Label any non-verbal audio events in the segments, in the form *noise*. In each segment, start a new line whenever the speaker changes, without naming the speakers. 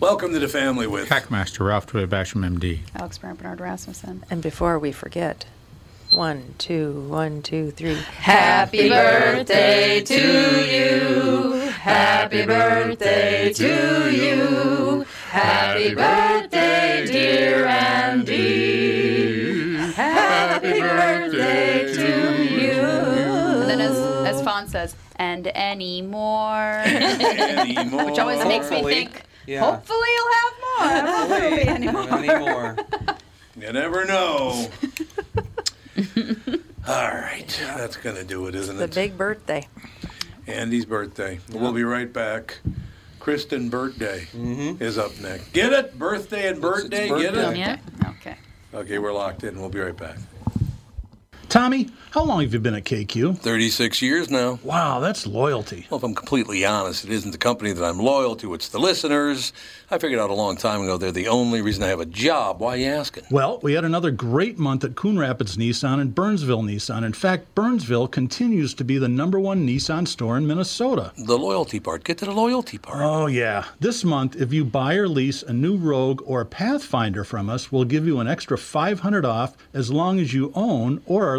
Welcome to the
*laughs*
family with
Hackmaster Ralph Troy Basham, MD.
Alex Brant Bernard Rasmussen.
And before we forget, one, two, one, two, three.
Happy birthday to you. Happy birthday to you. Happy birthday, dear Andy. Happy birthday to you.
And then as, as Fawn says, and any more.
anymore.
Which always makes me
Hopefully.
think,
Yeah.
hopefully you'll have more. I won't be any more.
anymore.
You never
*laughs*
know. All right, that's gonna do it, isn't
The
it?
big birthday.
Andy's birthday. We'll be right back. Kristen birthday is up next. Get it, birthday and birthday. Get it.
birthday.
Yeah? Okay.
Okay, we're locked in. We'll be right back.
Tommy, how long have you been at KQ?
Thirty-six years now.
Wow, that's loyalty.
Well, if I'm completely honest, it isn't the company that I'm loyal to. It's the listeners. I figured out a long time ago they're the only reason I have a job. Why are you asking?
Well, we had another great month at Coon Rapids Nissan and Burnsville Nissan. In fact, Burnsville continues to be the number one Nissan store in Minnesota.
The loyalty part. Get to the loyalty part.
Oh, yeah. This month, if you buy or lease a new Rogue or Pathfinder from us, we'll give you an extra 500 off as long as you own or are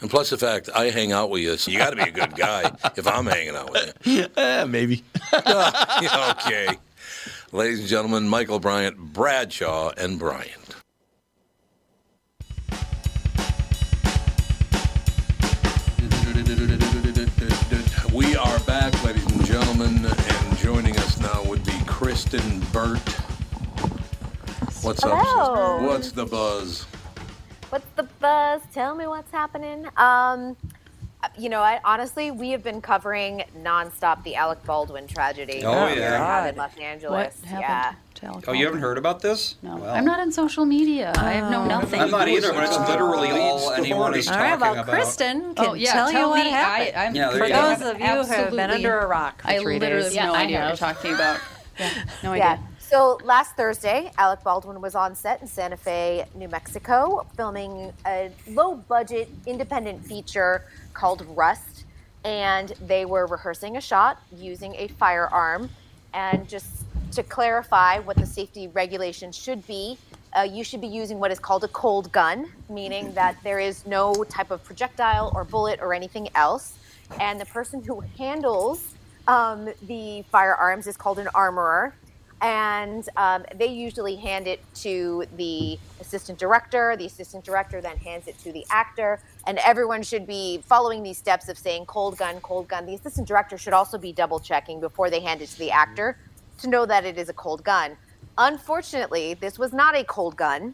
And plus the fact I hang out with you, so you got to be a good *laughs* guy if I'm hanging out with you.
Eh, maybe.
*laughs* okay. Ladies and gentlemen, Michael Bryant, Bradshaw, and Bryant. We are back, ladies and gentlemen, and joining us now would be Kristen Burt. What's up?
Hello.
sis- What's the buzz?
What's the buzz? Tell me what's happening. Um, you know, I, honestly, we have been covering nonstop the Alec Baldwin tragedy.
Oh,
that
yeah.
happened in Los Angeles.
What happened
Yeah.
to Alec
Oh, you haven't
Baldwin?
heard about this?
No.
Well,
I'm not on social media. I have known nothing.
I'm not either, but it's literally all
Leads the
anyone
party.
is
All
talking
right, well,
about.
Kristen can
Oh, yeah.
tell, you what
me.
happened.
I, I'm
Yeah, there
For
you go.
those of you who have been
absolutely-
under a rock for
I
three
literally
days.
have no
Yeah, I
idea what
have.
you're talking about. Yeah, no idea.
Yeah. So last Thursday, Alec Baldwin was on set in Santa Fe, New Mexico, filming a low budget independent feature called Rust. And they were rehearsing a shot using a firearm. And just to clarify what the safety regulation should be, uh, you should be using what is called a cold gun, meaning that there is no type of projectile or bullet or anything else. And the person who handles um, the firearms is called an armorer, and um, they usually hand it to the assistant director. The assistant director then hands it to the actor, and everyone should be following these steps of saying cold gun, cold gun. The assistant director should also be double checking before they hand it to the actor to know that it is a cold gun. Unfortunately, this was not a cold gun,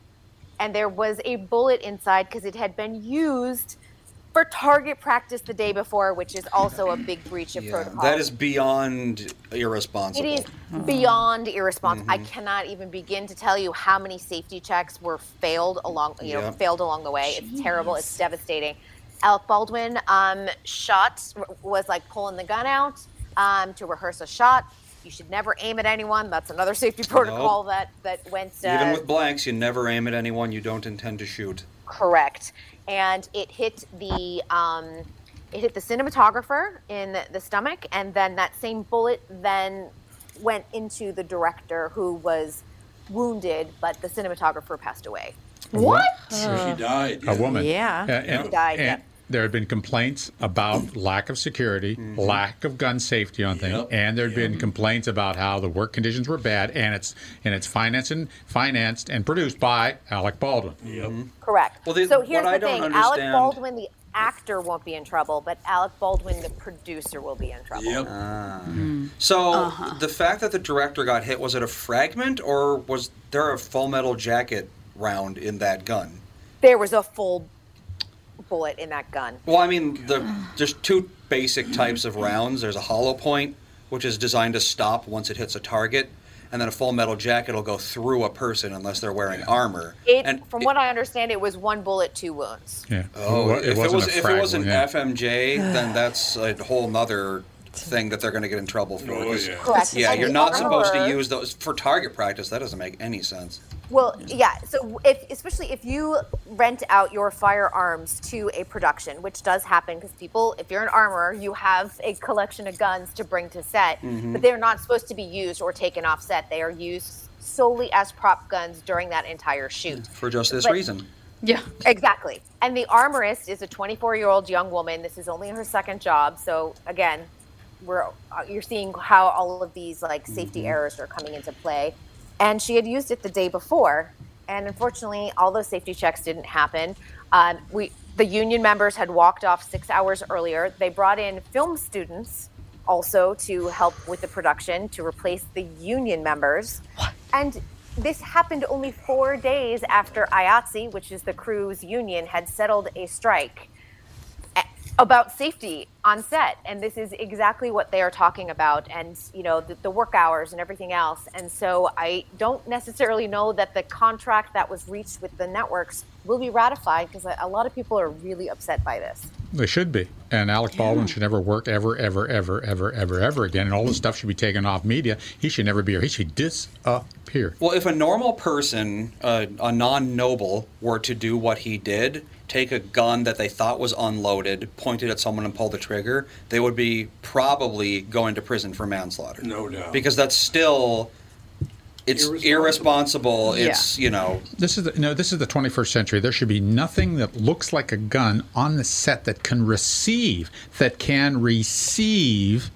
and there was a bullet inside because it had been used for target practice the day before, which is also a big breach of
Yeah,
protocol.
that is beyond
It
irresponsible.
is beyond irresponsible.
Mm-hmm.
I cannot even begin to tell you how many safety checks were failed along, you know,
Yeah.
failed along the way. It's terrible. It's devastating. Alec Baldwin um, shot was like pulling the gun out um, to rehearse a shot. You should never aim at anyone. That's another safety protocol that that went uh,
Even with blanks, you never aim at anyone you don't intend to shoot.
correct, and it hit the um, it hit the cinematographer in the, the stomach, and then that same bullet then went into the director who was wounded, but the cinematographer passed away.
What?
she died.
A woman.
Yeah.
Uh, and,
She died, yeah.
and there had been complaints about lack of security,
Mm-hmm.
lack of gun safety on things,
Yep.
and there had been complaints about how the work conditions were bad, and it's and it's financed and financed and produced by Alec Baldwin.
Yep.
Correct.
Well, the-
so
what
here's
I
the thing:
don't
Alec
understand-
Baldwin, the actor, won't be in trouble, but Alec Baldwin, the producer, will be in trouble.
Yep.
So the fact that the director got hit was it a fragment or was there a Full Metal Jacket round in that gun?
There was a full bullet in that gun.
Well, I mean, the, there's two basic types of rounds. There's a hollow point, which is designed to stop once it hits a target, and then a full metal jacket will go through a person unless they're wearing armor.
It,
and
from what I understand, it was one bullet, two wounds.
Yeah.
oh,
wa-
if it
wasn't
was
a
if it
frag
was an
one, yeah.
FMJ, then that's a whole nother thing that they're going to get in trouble for.
Oh,
'cause-
yeah.
Correct.
Yeah,
And
you're
the
not supposed to
armor-
use those for target practice. That doesn't make any sense.
Well, yeah. So, if, especially if you rent out your firearms to a production, which does happen because people, if you're an armorer, you have a collection of guns to bring to set, but they're not supposed to be used or taken off set. They are used solely as prop guns during that entire shoot.
For just this
But-
reason.
Yeah.
Exactly. And the armorist is a 24 year old young woman. This is only her second job. So, again, we're, uh, you're seeing how all of these like safety errors are coming into play. And she had used it the day before. And unfortunately, all those safety checks didn't happen. Um, we, the union members had walked off six hours earlier. They brought in film students also to help with the production to replace the union members. And this happened only four days after IATSE, which is the crew's union, had settled a strike a- about safety on set. And this is exactly what they are talking about and, you know, the, the work hours and everything else. And so I don't necessarily know that the contract that was reached with the networks will be ratified because a, a lot of people are really upset by this.
They should be. And Alec Baldwin should never work ever, ever, ever, ever, ever, ever again. And all this stuff should be taken off media. He should never be here. He should disappear.
Well, if a normal person, uh, a non noble, were to do what he did, take a gun that they thought was unloaded, point it at someone, and pull the trigger, they would be probably going to prison for manslaughter.
No doubt.
Because that's still. It's irresponsible.
Yeah.
It's, you know.
This is the, no. This is the 21st century. There should be nothing that looks like a gun on the set that can receive that can receive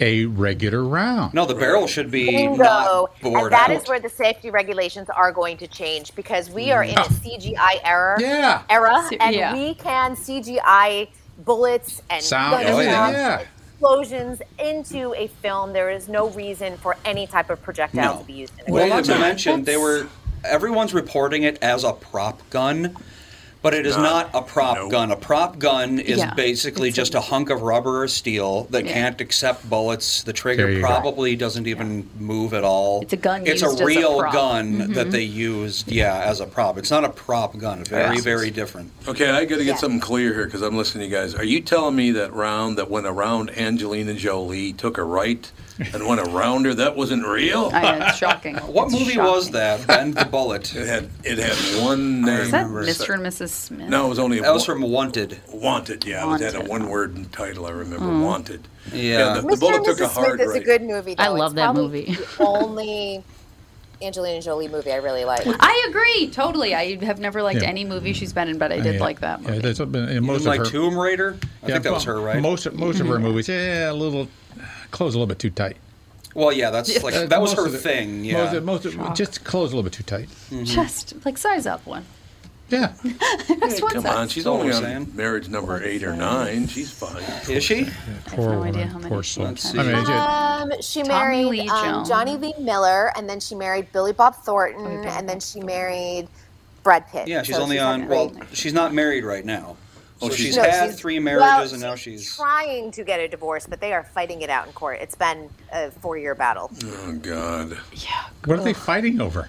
a regular round.
No, the barrel should be
Bingo.
not
And
bored
that
out.
is where the safety regulations are going to change because we are in a CGI era.
Yeah.
Era,
Se-
and
yeah.
we can CGI bullets and
Sound,
gun
everything,
sounds,
yeah.
explosions into a film. There is no reason for any type of projectile to be used in a
Well,
Wait
not
a
to
minute.
mention, they were. Everyone's reporting it as a prop gun, but it is not,
not.
a prop
Nope.
gun. A prop gun is
Yeah.
basically
It's a-
just a, hunk of rubber or steel that
Yeah.
can't accept bullets.
There
The trigger
you go.
probably doesn't even move at all.
It's a gun
It's
used as
a
a
real
prop. Mm-hmm.
gun that they used, yeah, as a prop. It's not a prop gun. Very,
Yeah.
very different.
Okay, I got to
Yeah.
get something clear here because I'm listening to you guys. Are you telling me that round that went around Angelina Jolie took her right and went around her? That wasn't real.
I know, it's shocking.
*laughs* What
It's
movie
shocking.
was that? Bend the
*laughs*
Bullet.
It had it had one name.
Is that
remember.
Mr. and Mrs. Smith?
No, it was only a
That was
one-
from Wanted.
Wanted. Yeah, it had a
Wanted.
one-word title. I remember Wanted.
Yeah.
the, the
Mr.
bullet
and
took a
Mrs.
hard
Hmm. Smith is a
right.
good movie. Though.
I love
It's
that
probably
movie.
the only Angelina Jolie movie I really
*laughs*
like.
I agree totally. I have never liked
Yeah.
any movie she's been in, but I did
Yeah.
like that
Yeah,
movie.
there's been- and most
Most
of
like
her,
Tomb Raider. I
yeah,
think that was her, right?
Most of- most of
Mm-hmm.
her movies, yeah, a little close, a little bit too tight.
Well, yeah, that's like
Uh,
that was
most
her
of the-
thing. Yeah.
Most of- most of- just close a little bit too tight.
Just like size up one.
Yeah.
That's one
Come
size.
on, she's
That's all
only
I'm
on
saying.
marriage number eight or nine. She's fine.
Is she?
Poor
no
woman.
idea how many
Poor
she
soul.
was.
I mean, it-
Um, she married
Lee
um,
Jones.
Johnny Lee Miller, and then she married Billy Bob Thornton, and then she married Brad Pitt.
Yeah, she's
So
only
she's
on.
not
Well,
married.
she's not married right now.
Oh,
so
she's-
she's
No,
had
she's-
three
well,
marriages, and now she's.
trying to get a divorce, but they are fighting it out in court. It's been a four-year battle.
Mm.
Oh God.
what are they fighting over?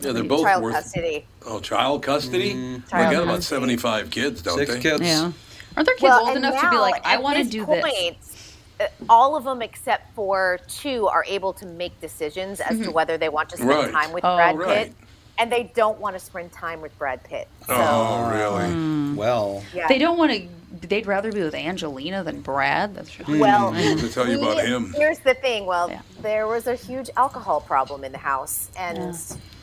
Yeah, they're both
Child
worth.
custody.
Oh, child custody.
Child
they got about
custody.
seventy-five kids, don't
Mm. Six
they?
kids.
Yeah. Aren't there kids old
and
enough to be
now,
like, I
at
want to
this
do this?
point, uh, all of them except for two are able to make decisions as
Mm-hmm.
to whether they want to spend
Right.
time with
Oh.
Brad
Right.
Pitt, and they don't want to spend time with Brad Pitt. So,
Oh, really?
Hmm.
Well,
yeah.
They don't want to. They'd rather be with Angelina than Brad. That's right.
Well,
Mm, to tell you about
we-
him.
Here's the thing. Well,
Yeah.
there was a huge alcohol problem in the house, and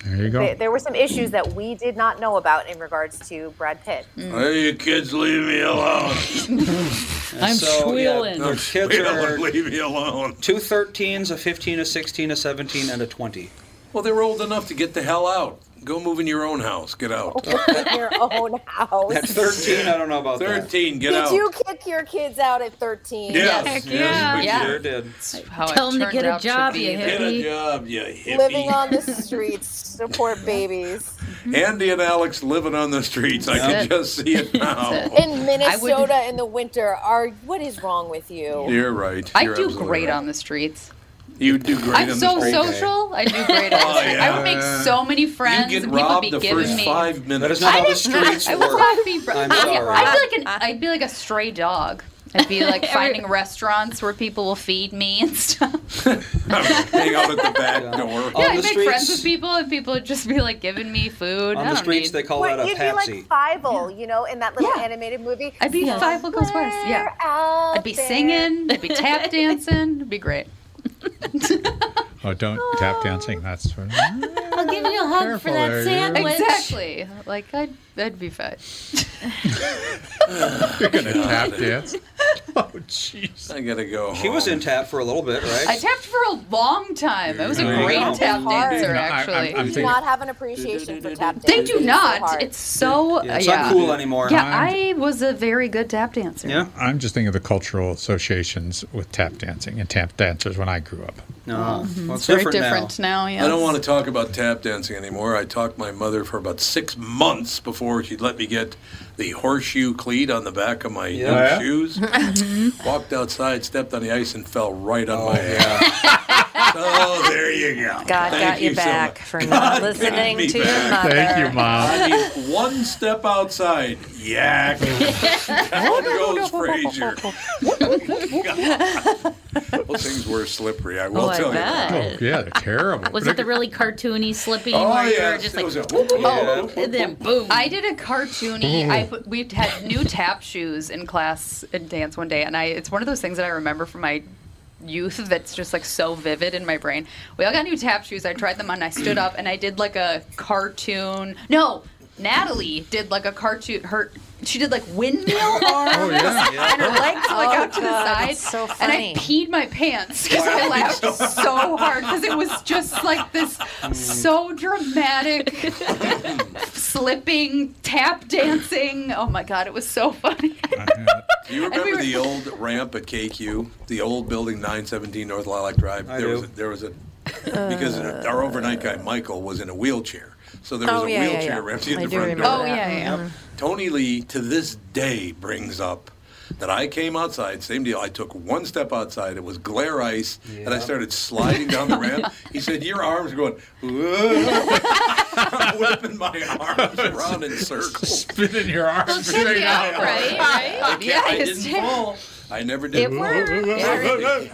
There you
th-
go.
there were some issues that we did not know about in regards to Brad Pitt.
Mm.
Hey, you kids, leave me *laughs* alone.
*laughs*
I'm
squealing.
their kids
We don't
are
leave me alone.
two 13s, a 15, a 16, a 17, and a 20.
*laughs*
Well, they're old enough to get the hell out. Go move in your own house. Get out.
in
*laughs*
your own
At
house.
13, I don't know about that.
13, get
Did
out.
you kick your kids out at 13?
Yes.
Heck
yes,
yeah.
we
Yeah.
Sure
did.
did.
How it
Tell 'em to
turned
get a
out
job,
be.
you hit.
Get a job, you hippie.
Living on the streets to poor babies.
Andy and Alex living on the streets. I can
That's it.
just see it now.
That's
In Minnesota in the winter, are what is wrong with you?
You're right.
I
You're
do
absolutely
great
right.
on the streets.
You do great
I'm
on
so
the streets.
social. I do great on the streets. I
yeah.
would make so many friends.
You get
and people would
robbed
be
the
giving
first
me. *laughs*
five minutes.
That is not
*laughs*
how the streets
I would
work.
not be. Bro-
I'm
Yeah,
sorry.
I'd be like an. I'd be like a stray dog. I'd be
*laughs*
like finding restaurants where people will feed me and *laughs* stuff.
Hang out at the back door.
Yeah,
On
I'd
the
make friends with
streets-
people, and people would just be like giving me food.
On
I
the
don't
streets,
need-
they call
What,
that a
you'd be
patsy.
like Fievel, you know, in that little
Yeah.
animated movie.
I'd be five Fievel Goes West. Yeah, I'd be singing. I'd be *laughs* tap dancing. It'd be great.
Oh, don't tap dancing. That's what.
I'll give you a hug
Careful
for that
there, you're-
sandwich.
Exactly. Like I'd, I'd be fine.
You're gonna tap
*laughs*
dance. Oh, jeez.
I gotta go.
She was
home.
in tap for a little bit, right?
I tapped for a long time. I was a
There you
great
go.
tap
Hard.
dancer,
No, I- I'm-
actually.
I'm
You do
thinking-
not have an appreciation for tap
they
dancing.
do
It's so
not.
hard.
it's so
Yeah,
yeah.
it's not cool anymore.
Yeah, I was a very good tap dancer.
Yeah.
I'm just thinking of the cultural associations with tap dancing and tap dancers when I grew up.
No. Well, it's
Mm-hmm. Very
different,
different
now.
now. yeah.
I don't want to talk about tap dancing anymore. I talked my mother for about six months before she'd let me get the horseshoe cleat on the back of my new
Yeah.
shoes. Walked outside, stepped on the ice, and fell right on my head.
Yeah.
Oh, there you go.
God
Thank
got you,
so
back
much.
for not
got
listening
me
to your
back.
mother.
Thank you, Mom.
I mean, one step outside, yak. Down goes Frazier. Those things were slippery. I will
I
tell you. that.
bet.
Oh, yeah, they're terrible.
Was it the really cartoony slipping
Oh
where
yeah,
you're just
it
like,
was a-
and then boom?
I did a cartoony. I put, we had new tap shoes in class and dance one day, and I it's one of those things that I remember from my youth that's just like so vivid in my brain. We all got new tap shoes. I tried them on. I stood up and I did like a cartoon. No, Natalie did like a cartoon. Her she did like windmill arms
Oh, yeah.
and her legs were, like
Oh,
out to
God,
the side.
that's so funny.
And I peed my pants because I laughed so hard because it was just like this so dramatic *laughs* slipping, tap dancing. Oh my god, it was so funny.
Do you
we
remember
were-
the old ramp at KQ, the old building 917 North Lilac Drive?
I
there
do.
was a, there was a because our overnight guy Michael was in a wheelchair, so there was
Oh,
a
yeah, yeah,
wheelchair
yeah.
ramp at
I
the
do
front
remember
door.
Oh yeah, yeah.
Tony Lee to this day brings up that I came outside, same deal. I took one step outside, it was glare ice, and I started sliding down the
*laughs*
ramp. He said, Your arms are going, *laughs* "Whoa." I'm whipping my arms around in circles.
Spit in your arms
Check
straight
it
out.
out,
*laughs*
right? Right?
Yeah,
I
it's-
didn't fall. I never did.
It worked.
I remember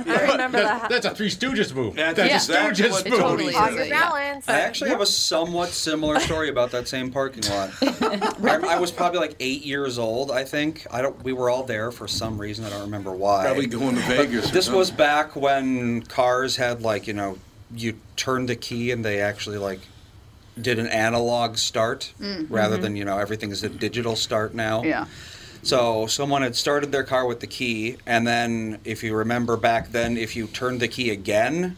That-
that.
That's a Three Stooges move.
That's
That's a
exactly
Stooges
what
move. *laughs*
It totally
on
is.
your
Yeah.
balance.
I actually have a somewhat similar story about that same parking lot. I, I was probably like eight years old, I think. I don't. We were all there for some reason. I don't remember why.
Probably going to Vegas. or
This was
something.
back when cars had like you know you turned the key and they actually like did an analog start rather than you know everything is a digital start
Mm,
now.
mm-hmm. Yeah.
So someone had started their car with the key, and then if you remember back then, if you turned the key again,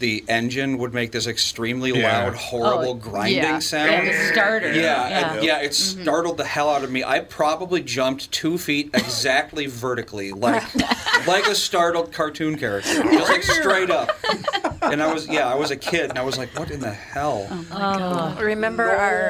the engine would make this extremely
Yeah.
loud, horrible
Oh,
grinding
yeah.
sound.
The starter.
Yeah, Mm-hmm. yeah, yeah it startled the hell out of me. I probably jumped two feet *laughs* exactly *laughs* vertically, like like a startled cartoon character, just like straight up. and I was yeah, I was a kid, and I was like, what in the hell?
Remember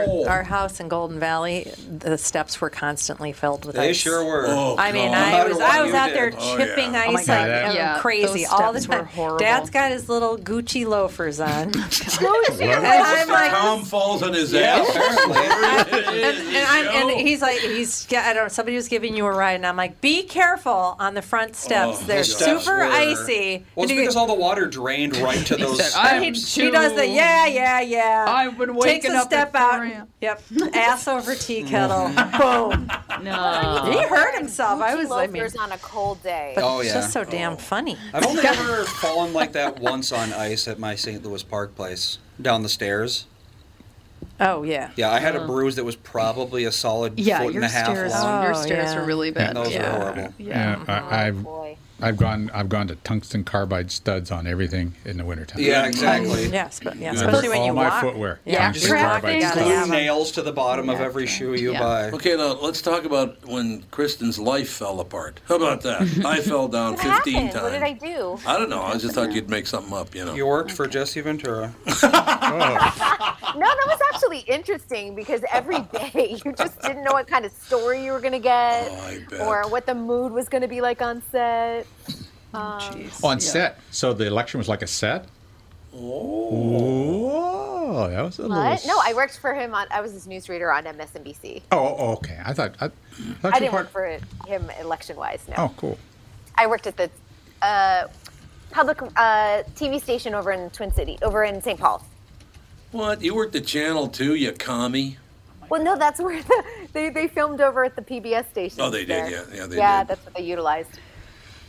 No.
our our house in Golden Valley? The steps were constantly filled with
they
ice.
sure were.
Oh,
I mean,
God.
No
I
matter
was
what
I was
you
out
did.
there
Oh, yeah.
chipping
Oh,
ice
my
like
God.
um,
Yeah,
crazy
those
all the
steps were
time.
horrible.
Dad's got his little Gucci loafers on. *laughs*
Well,
And
it's
*laughs* I'm
the
like- "Uh,"
Tom falls on his
Yeah,
ass.
apparently.
There it is,
and, I'm,
yo.
and he's like, he's, yeah, I don't know, somebody was giving you a ride, and I'm like, be careful on the front steps.
Oh,
They're
the
steps
super
were-
icy. And
Well, it's
he-
because all the water drained right *laughs* to those.
said, "I'm
steps.
too-
he does the, yeah, yeah, yeah.
I've been
Takes
waking
a
up
step
at
out.
4 a.m.
Yep. Ass over tea kettle. Boom.
No.
He hurt himself. I was, I mean,
Loafers on a cold day.
but
Oh,
it's
yeah.
just so damn funny.
I've *laughs* only ever fallen like that once on ice at my St. Louis Park place down the stairs.
Oh, yeah.
Yeah, I had a bruise that was probably a solid
Yeah,
foot and
your
a half
stairs,
long.
Oh,
your stairs
yeah.
are really bad.
Those
Yeah.
are horrible.
Yeah, I, I've
boy.
I've gone I've gone to tungsten carbide studs on everything in the wintertime.
Yeah, exactly.
Yes, but yeah,
And
especially when
all
you
my
walk.
footwear.
Yeah,
tungsten
track
carbide
days.
studs.
Yeah.
Glue nails to the bottom of every shoe you
Yeah.
buy.
Okay, now let's talk about when Kristen's life fell apart. How about that? I fell down
What
15
happened?
times.
What did I do?
I don't know. I just thought you'd make something up, you know.
You worked for Jesse Ventura.
No, that was actually interesting because
*laughs*
every day *laughs* you just didn't know what kind of story you were going to get
Oh, I bet.
or what the mood was going to be like on set.
on set. So the election was like a set. Oh, that was a
What?
little.
No, I worked for him on, I was his newsreader on MSNBC.
Oh, oh, okay. I thought I, thought
I
you
didn't
part-
work for him election wise, no.
Oh, cool.
I worked at the uh, public uh, TV station over in Twin City, over in St. Paul.
What? You worked the channel too, you commie?
Well, no, that's *laughs* where the, they, they filmed over at the PBS station.
Oh, they did, yeah, yeah, they
yeah,
did.
that's what they utilized.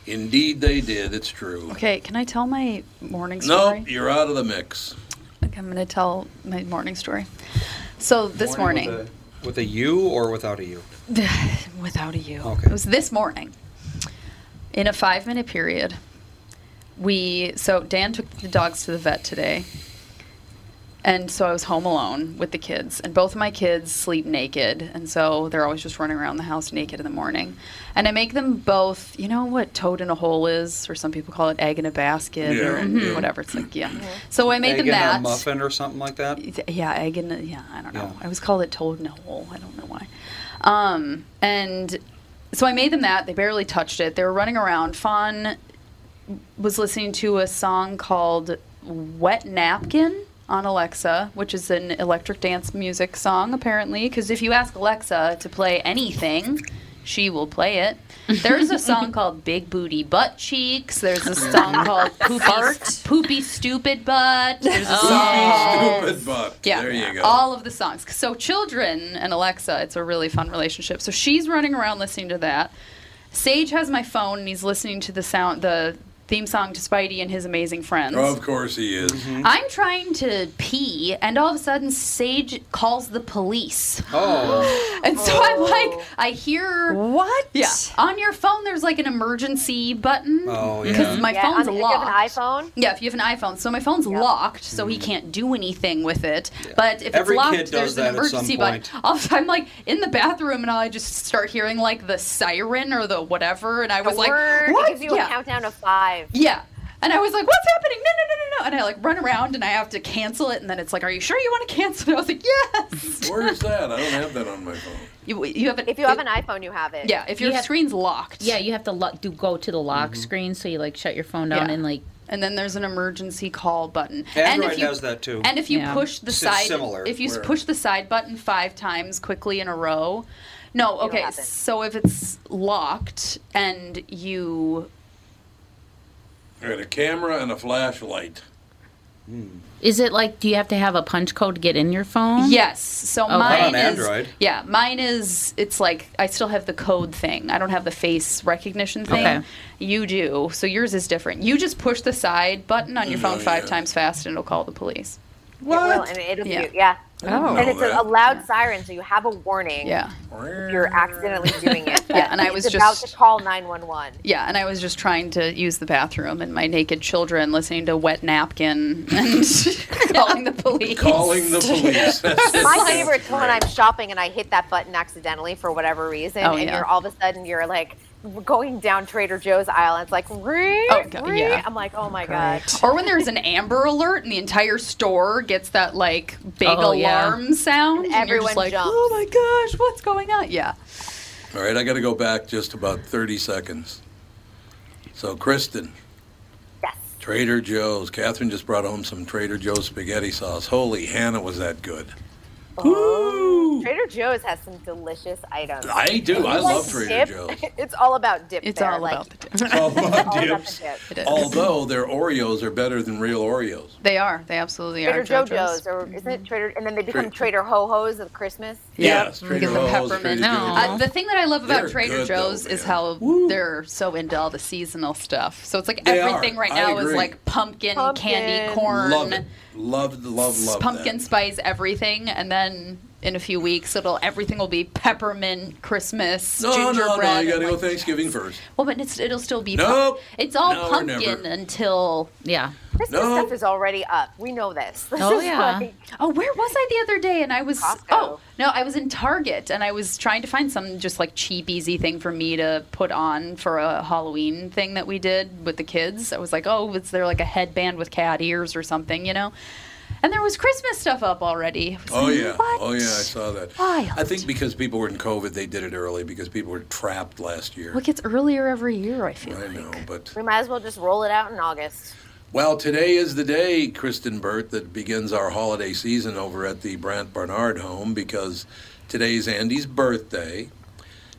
Indeed, they did. It's true.
Okay, can I tell my morning story?
Nope, you're out of the mix.
Okay, I'm going to tell my morning story. So this morning,
With a, with a U or without a U?
*sighs* without a you,
Okay.
it was this morning. In a five minute period, we so Dan took the dogs to the vet today, and so I was home alone with the kids, and both of my kids sleep naked, and so they're always just running around the house naked in the morning, and I make them both. You know what toad in a hole is, or some people call it egg in a basket,
Yeah,
or
Mhm.
whatever. It's like yeah. So I made
Mm-hmm. Egg
them
in
that.
a muffin or something like that?
Th- yeah, egg in a, yeah, I don't know.
Yeah.
I always called it toad in a hole. I don't know why. Um, and so I made them that. They barely touched it. They were running around. Fawn was listening to a song called Wet Napkin on Alexa, which is an electric dance music song, apparently. Because if you ask Alexa to play anything, she will play it. There's a *laughs* song called Big Booty Butt Cheeks. There's a song called *laughs* Poopy, Poopy Stupid Butt. Oh, There's a song
Stupid buck.
yeah.
There you go.
All of the songs. So children and Alexa, it's a really fun relationship. So she's running around listening to that. Sage has my phone and he's listening to the sound the theme song to Spidey and his amazing friends.
of course he is.
I'm trying to pee and all of a sudden Sage calls the police.
Oh,
And so I'm like I hear
What?
Yeah. On your phone there's like an emergency button.
Oh, yeah.
Because my
yeah,
phone's
on,
locked.
If you have an iPhone,
Yeah, if you have an iPhone. So my phone's locked, so he can't do anything with it. But if
Mm-hmm. Every
it's locked,
kid
there's
does that
an
at some
emergency button.
point.
All of a sudden, I'm like in the bathroom, and I just start hearing like the siren or the whatever, and I was like,
Word, it
"What?"
gives you
yeah.
a countdown of five.
yeah. And I was like, "What's happening? No, no, no, no, no!" And I like run around, and I have to cancel it. And then it's like, "Are you sure you want to cancel?" it? I was
*laughs*
like, "Yes."
Where is that? I don't have that on my phone.
You, you have an,
If you have an iPhone, you have it.
yeah, if your
You have-
screen's locked,
Yeah, you have to lo- do go to the lock
Mm-hmm.
screen, so you like shut your phone down
Yeah.
and like
and then there's an emergency call button. and
Android
if you,
has that too.
And if you
Yeah.
push the
S-
side,
similar,
if you s
where-
push the side button five times quickly in a row, no, okay.
happen.
So if it's locked and you,
I got a camera and a flashlight.
Is it like do you have to have a punch code to get in your phone?
yes, so
Okay.
mine
On
is
Android.
yeah, mine is. It's like I still have the code thing. I don't have the face recognition thing.
Okay.
You do. So yours is different. You just push the side button
Mm,
on your
oh,
phone
yeah.
five times fast, and it'll call the police.
It will, and it'll
Yeah.
yeah. yeah.
Oh.
And it's a, a
Know
loud siren, so you have a warning.
Yeah.
If you're accidentally doing it.
*laughs* Yeah, and I was
it's about
just-
to call 911.
Yeah, and I was just trying to use the bathroom and my naked children listening to wet napkin *laughs* and
*laughs*
calling the
*laughs*
police.
Calling the police. That's
My favorite is when I'm shopping and I hit that button accidentally for whatever reason,
Oh,
and
yeah.
you're all of a sudden you're like going down Trader Joe's aisle, and it's like, "Ree,
Oh, God,
ree."
yeah.
I'm like, oh my god.
Or when there's an Amber Alert and the entire store gets that like big
Oh, yeah.
alarm sound,
And
and you're
everyone
just like,
jumps.
"Oh my gosh, what's going on?" Yeah.
*laughs* All right, I got to go back just about 30 seconds. So, Kristen,
Yes.
Trader Joe's. Catherine just brought home some Trader Joe's spaghetti sauce. Holy Hannah, was that good!
Trader Joe's has some delicious items.
I do. I
Like
love Trader
dip.
*laughs* Joe's.
*laughs* It's all about dip.
It's
there.
all
like,
about the
All about
all about
dips.
the dip.
It is.
Oh, Although their Oreos are better than real Oreos.
*laughs* They are. They absolutely
Trader
are.
JoJo's, or isn't
Mm-hmm.
it Trader? And then they become
Tra-
Trader Ho Ho's at Christmas.
Yeah.
Yes,
You
Trader
get the
Joe's,
peppermint.
Trader
No.
Joe's.
Uh, the thing that I love about
They're
Trader
good, though,
Joe's is
man.
how they're so into all the seasonal stuff. So it's like
They
everything
are.
right
I
now is
agree.
like pumpkin, candy,
Pumpkin.
corn,
Love it. Love, love, love.
pumpkin
that.
spice, everything, and then in a few weeks it'll everything will be peppermint Christmas
No, no,
gingerbread.
no. You
and,
got to go
like-
Thanksgiving first.
Well, but it's, it'll still be.
Nope.
It's all
No, we're never.
pumpkin until.
Yeah.
Christmas
No.
stuff is already up. We know this. *laughs* This
Oh,
is
yeah.
like-
Oh, where was I the other day? And I was
Costco.
oh no, I was in Target and I was trying to find some just like cheap, easy thing for me to put on for a Halloween thing that we did with the kids. I was like, oh, is there like a headband with cat ears or something, you know? And there was Christmas stuff up already. I was
Oh
like,
yeah,
what?
oh yeah, I saw that.
Wild.
I think because people were in COVID, they did it early because people were trapped last year.
Well, it gets earlier every year. I feel
I
like.
know, but
we might as well just roll it out in August.
Well, today is the day, Kristen Burt, that begins our holiday season over at the Brant Barnard home because today's Andy's birthday,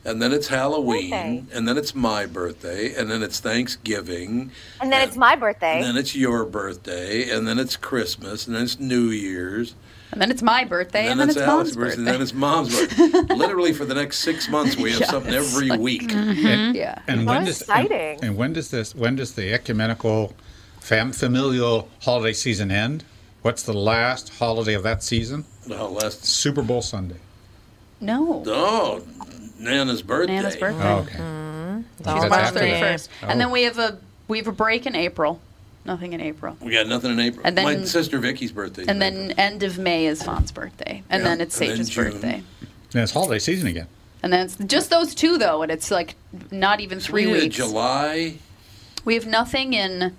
and then it's Halloween,
Birthday.
and then it's my birthday, and then it's Thanksgiving,
And then it's my birthday.
and then it's your birthday, and then it's Christmas, and then it's New Year's,
And then it's my birthday, and then, it's,
Alex's
mom's birthday.
and then it's mom's
*laughs*
birthday. Literally, for the next six months, we have
Yeah,
something
it's
every week.
mm.
mm-hmm.
And,
yeah.
and
How
when does and-
exciting.
And, when does this? When does the ecumenical, fam, familial holiday season end? What's the last holiday of that season?
Well, last
Super Bowl Sunday.
*laughs* No.
oh, Nana's birthday.
Nana's birthday.
Oh, okay.
She's
That's
March
after
thirty
that.
first,
Oh.
and then we have a we have a break in April. Nothing in April,
We got nothing in April.
And then-
My sister Vicky's birthday.
and then end of May is Fawn's birthday, and
Yeah,
then it's
and then
Sage's
June.
birthday,
And it's holiday season again.
and then it's just those two though, and it's like not even three
We did
weeks.
July.
We have nothing in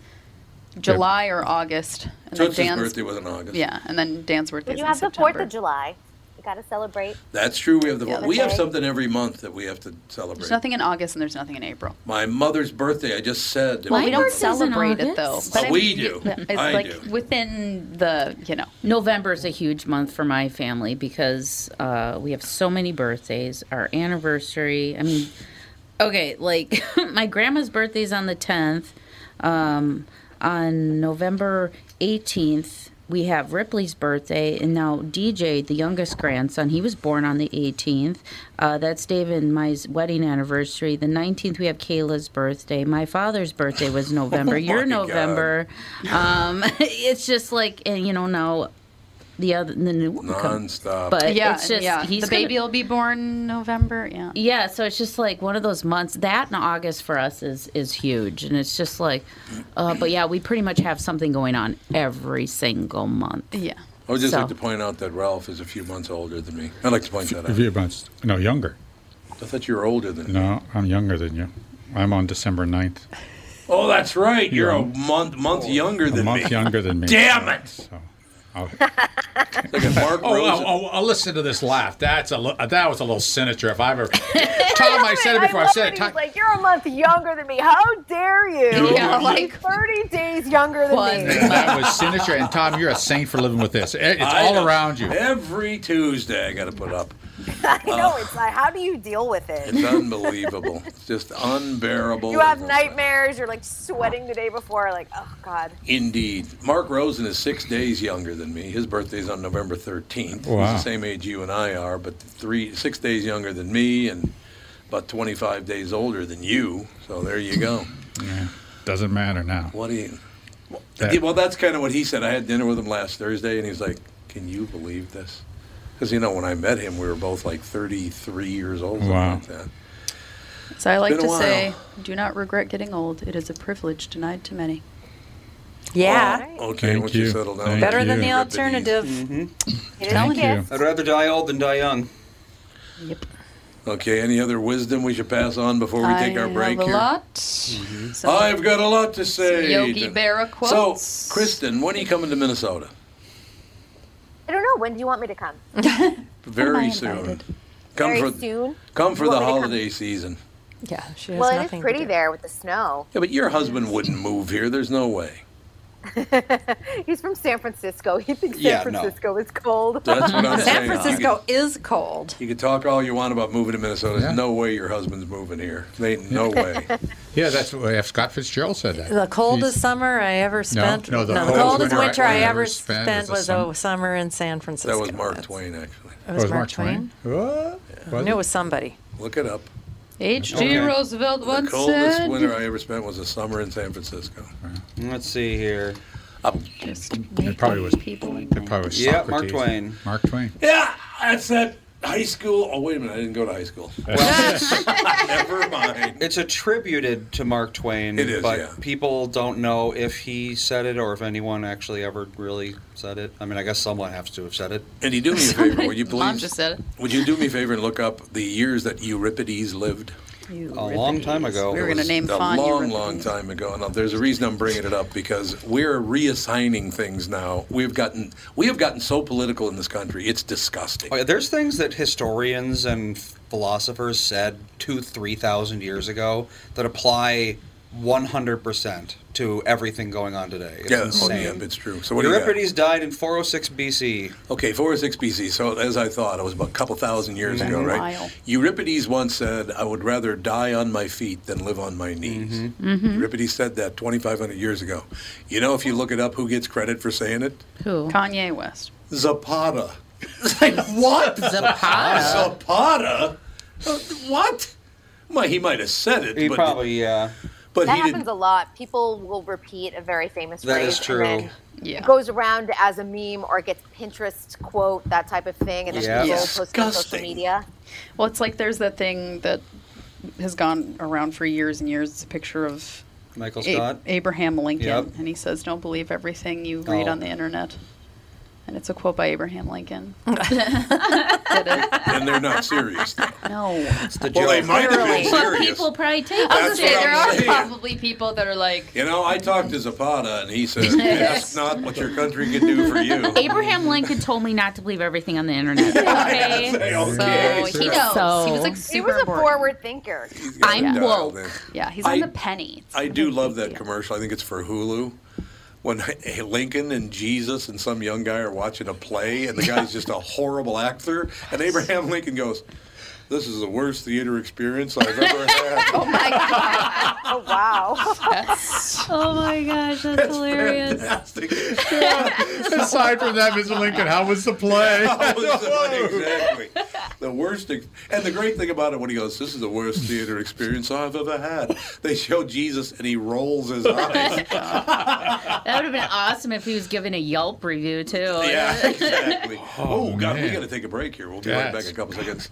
July or August, and
Tootsie's
then Dan's
birthday was in August.
yeah, and then Dan's birthday.
But
is
you
in
have the Fourth
September.
of July. You got to celebrate.
That's true. We have the
Yeah.
we have
Okay.
something every month that we have to celebrate.
There's nothing in August, and there's nothing in April.
My mother's birthday. I just said. that
Well,
We
we
My
don't
birthday's in
celebrate it though.
August.
but
Oh,
I
we
mean,
do.
yeah, It's
I
like
do.
within the you know.
November is a huge month for my family because uh, we have so many birthdays. Our anniversary. I mean, okay, like *laughs* my grandma's birthday's on the tenth. Um, on November eighteenth, we have Ripley's birthday, and now DJ, the youngest grandson, he was born on the eighteenth. Uh, that's Dave and my wedding anniversary. The nineteenth, we have Kayla's birthday. My father's
*laughs*
birthday was November. Your
Oh my God.
November. Um, it's just like, and you know now the other the new one come-
nonstop.
but
Yeah,
it's just
yeah.
he's
the
gonna-
baby will be born November. Yeah.
yeah, so it's just like one of those months. That in August for us is is huge, and it's just like, uh, but yeah, we pretty much have something going on every single month.
Yeah.
I would just
so-
like to point out that Ralph is a few months older than me. I'd like to point that
If you're
out.
about- no younger.
I thought you were older than me.
No, I'm younger than you. I'm on December 9th.
Oh, that's right. You're a
You're-
month month younger
Oh, A
than
month
me.
younger *laughs* than me.
Damn it!
So, I'll,
Look at Mark
*laughs* Oh,
Rosen.
oh, oh, oh, listen to this laugh. That's a li- that was a little sinister. If I
*laughs*
ever Tom, I said it before. I,
love
said
that he's
it. Tom,
like, you're a month younger than me. How dare you?
Yeah,
You're
like-
30 days younger than
One.
me. *laughs*
that was sinister. And Tom, you're a saint for living with this. It- It's
I
all
know.
around you.
Every Tuesday, I got to put up.
I know. It's like, how do you deal with it?
It's
*laughs*
unbelievable. It's just unbearable.
You have nightmares. You're like sweating the day before. Like, oh God.
Indeed. Mark Rosen is six days younger than me. His birthday's on November 13th.
Wow.
He's the same age you and I are, but three, six days younger than me and about 25 days older than you. So there you go.
Doesn't matter now.
What do you. Well,
That-
yeah, well, that's kind of what he said. I had dinner with him last Thursday, and he's like, Can you believe this? Because, you know, when I met him, we were both like 33 years old, something
Wow.
like that.
So I like
been a
to
while.
say, do not regret getting old. It is a privilege denied to many.
Yeah.
Oh, okay,
Thank
once you
you.
settle down.
Thank
Better than
Rip
you.
the
it easy.
alternative.
It is
Thank
a
you.
gift.
I'd rather die old than die young.
Yep.
Okay, any other wisdom we should pass on before we take
I
our break
have a
here? Mm-hmm.
lot. So-
I've got a lot to say.
Yogi Berra quotes.
So, Kristen, when are you coming to Minnesota?
I don't know. When do you want me to come?
Very soon. Come
Very
for
soon.
come for
You
the
want me to come?
holiday season.
Yeah, she has
Well, it
nothing to
is pretty
do.
there with the snow. *laughs*
Yeah, but your husband wouldn't move here. There's no way.
He's from San Francisco. *laughs* He thinks San
Yeah, no.
Francisco is cold. *laughs*
That's what I'm
San
saying.
Francisco is cold.
You can talk all you want about moving to Minnesota. There's
Yeah.
no way your husband's moving here. They ain't no way.
Yeah, that's what F. Scott Fitzgerald said that.
The coldest
He's-
summer I ever spent.
no, the
coldest
coldest
winter I
winter I,
ever
ever
spent was
spent,
a
was
sum-
a summer in San Francisco.
That was Mark
That's-
Twain, actually.
It
Oh,
was, Mark Twain.
What? Was
No,
it?
it was somebody.
Look it up.
H.G.
Okay.
Roosevelt
The
once
coldest
said.
winter I ever spent was a summer in San Francisco.
Let's see here.
It probably was.
People.
It probably was
Yeah, Mark
Socrates.
Twain.
Mark Twain.
Yeah, that's that high school. Oh, wait a minute. I didn't go to high school.
*laughs*
Never mind.
It's attributed to Mark Twain,
It is,
but
yeah.
people don't know if he said it or if anyone actually ever really said it. I mean, I guess someone has to have said it.
And you do me a favor, would you please?
*laughs* Mom just said it.
Would you do me a favor and look up the years that Euripides lived?
A long time ago.
We
it
were going to
was-
name
a
Fawn.
long, long time ago. Now, there's a reason I'm bringing it up because we're reassigning things now. We've gotten we have gotten so political in this country. It's disgusting.
Oh, yeah, There's things that historians and philosophers said two, three thousand years ago that apply 100% to everything going on today. It's
yeah, oh,
insane.
yeah, it's true. So what do you got?
Euripides died in 406 BC.
Okay, 406 BC. So as I thought, it was about a couple thousand years ago, right?
Wow.
Euripides once said, "I would rather die on my feet than live on my knees."
Mm-hmm.
Mm-hmm.
Euripides said that 2,500 years ago. You know, if you look it up, who gets credit for saying it?
Who?
Kanye West.
Zapata. *laughs* It's like,
*laughs*
what?
Zapata.
Zapata? Uh, What? Well, he might have said it,
He
but,
probably, uh, yeah.
but
That
he
happens
didn't.
a lot. People will repeat a very famous
That
phrase.
is true.
And then
Yeah.
It goes around as a meme or it gets Pinterest quote, that type of thing, and then
Yeah.
people post it on social
Disgusting.
media.
Well, it's like there's that thing that has gone around for years and years. It's a picture of
Michael
A-
Scott.
Abraham Lincoln,
Yep.
and he says, "Don't believe everything you read
Oh.
on the internet." And it's a quote by
*laughs*
Abraham Lincoln.
And they're not
*laughs*
serious, though.
*laughs*
no.
It's the
*laughs*
Well, they
joke.
might have been
Literally.
But
serious.
people probably take
I
That's
was
it
what
gonna say there
I'm
are
saying.
probably people that are like,
You know, I talked to Zapata, and he says,
*laughs*
that's not what your country can do for you. *laughs*
Abraham Lincoln told me not to believe everything on the
*laughs*
internet. *laughs* Okay.
Say,
so
"Oh,
okay, sir.
he knows. he was
So-
like
He
super
was a
important.
forward thinker.
He's got it
I'm
dialed
woke.
in.
Yeah, he's on
I-
the penny. It's
I
not
do
a
love
big
that
deal.
commercial. I think it's for Hulu. When *laughs* Lincoln and Jesus and some young guy are watching a play, and the guy's just a
*laughs*
horrible actor, and Abraham Lincoln goes, "This is the worst theater experience I've ever
*laughs*
had."
Oh, *laughs* wow.
Oh my gosh, that's hilarious.
Fantastic.
Aside from that, Mr. Lincoln, how was
*laughs*
the play?
That was- exactly. The worst, ex- and the great thing about it when he goes, "This is the worst theater experience I've ever had." They show Jesus, and he rolls his eyes.
That would have been awesome if he was given a Yelp review too.
Oh,
Yeah, exactly. Oh, God, we
man.
got to take a break here. We'll be right
Yes.
back in a couple seconds.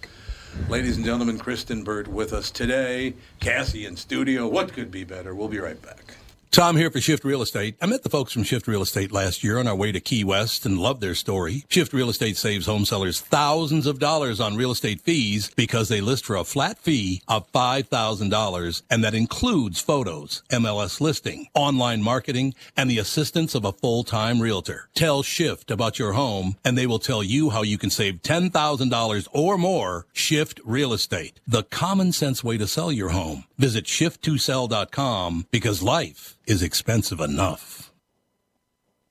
Ladies and gentlemen, Kristen Burt with us today. Cassie in studio. What could be better? We'll be right back.
Tom here for Shift Real Estate. I met the folks from Shift Real Estate last year on our way to Key West and loved their story. Shift Real Estate saves home sellers thousands of dollars on real estate fees because they list for a flat fee of $5,000 and that includes photos, MLS listing, online marketing, and the assistance of a full-time realtor. Tell Shift about your home and they will tell you how you can save $10,000 or more. Shift Real Estate, the common sense way to sell your home. Visit shift2sell.com because life is expensive enough.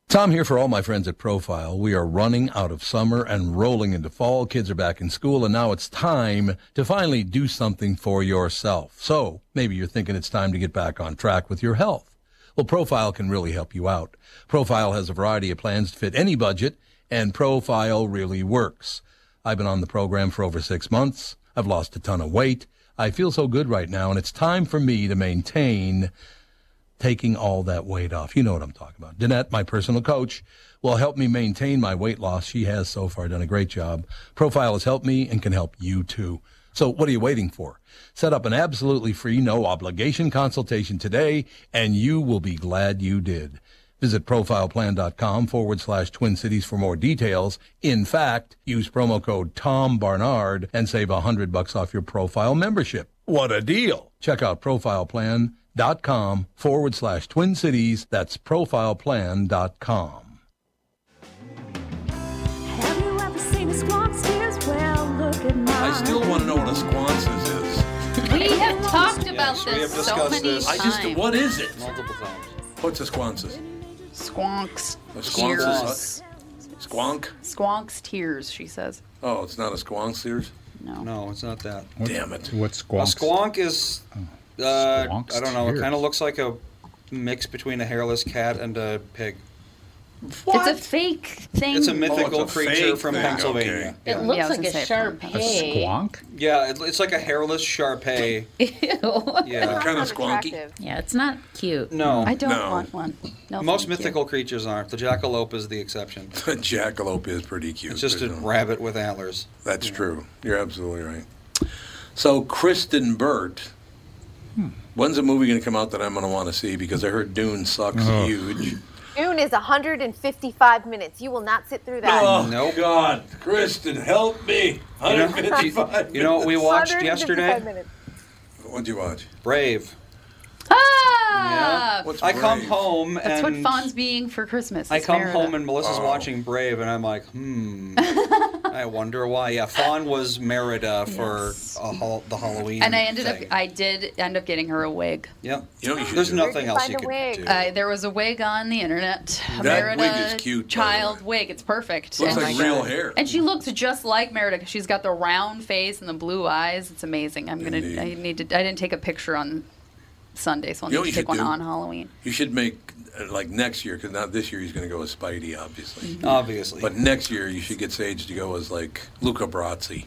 Tom here for all my friends at Profile. We are running out of summer and rolling into fall. Kids are back in school, and now it's time to finally do something for yourself. So maybe you're thinking it's time to get back on track with your health. Well, Profile can really help you out. Profile has a variety of plans to fit any budget, and Profile really works. I've been on the program for over six months. I've lost a ton of weight. I feel so good right now, and it's time for me to maintain taking all that weight off. You know what I'm talking about. Danette, my personal coach, will help me maintain my weight loss. She has so far done a great job. Profile has helped me and can help you too. So what are you waiting for? Set up an absolutely free, no obligation consultation today, and you will be glad you did. Visit profileplan.com forward slash Twin Cities for more details. In fact, use promo code Tom Barnard and save a hundred bucks off your profile membership. What a deal! Check out profileplan.com forward slash Twin Cities. That's profileplan.com.
Have you ever seen a squawk stairs? Well, look at mine.
I still want to know what a squonces is.
We have talked about
we have
this so
discussed
many
this.
I
times.
just, what is it?
Multiple times.
What's a squonces?
Squonks.
A
Tears.
squonces? Squonk?
Squonks tears, she says.
Oh, it's not a squonk sears?
No, it's not that.
Damn it.
What's
A
squawks?
squonk is, uh,
Squonk's
I don't know, it
tears.
kind of looks like a mix between a hairless cat and a pig.
It's a fake thing.
It's a mythical
Oh, it's a
creature
fake
from
thing,
Pennsylvania.
it
Yeah.
looks
Yeah, I was
like
gonna say
a
it.
sharp
A squonk?
Yeah, it, it's like a hairless Sharpei. Yeah.
Kind of
Not
squonky.
attractive.
Yeah, it's not cute.
No.
I don't
No.
want one. No,
Most
thank you.
mythical creatures aren't. The jackalope is the
*laughs*
exception.
*laughs* The jackalope is pretty cute.
It's just a
There's no-
rabbit with antlers.
That's true. You're absolutely right. So Kristen Burt,
Hmm.
when's a movie going to come out that I'm going to want to see? Because I heard Dune sucks huge.
June is 155 minutes. You will not sit through that.
Oh,
Oh, Nope.
God, Kristen, help me!
You know, you know what we watched
155
yesterday?
minutes.
What'd you watch?
Brave.
Ah!
What's
I come
Brave?
home
That's what
and
Fawn's being for Christmas.
I
is
come
Merida.
home and Melissa's
Oh.
watching Brave, and I'm like,
*laughs*
hmm. I wonder why. Yeah, Fawn was Merida for a hol- the Halloween.
And I ended
thing.
up, I did end up getting her a wig.
Yep.
You know what you should
There's
do?
nothing
you
else
find
you
a
could
wig?
do.
Uh, there was a wig on the internet. A
That
Merida
wig is cute, by the
Child
way.
wig. It's perfect.
Looks
And
like
she-
real hair.
And she looks just like Merida. 'cause She's got the round face and the blue eyes. It's amazing. I'm gonna.
Indeed.
I need to. I didn't take a picture on Sunday, so I'll
You know
need to
what you
take one
should do?
on Halloween.
You should make uh, like next year because not this year he's going to go as Spidey, obviously.
Obviously.
Uh, But next year you should get Sage to go as like Luca Brasi.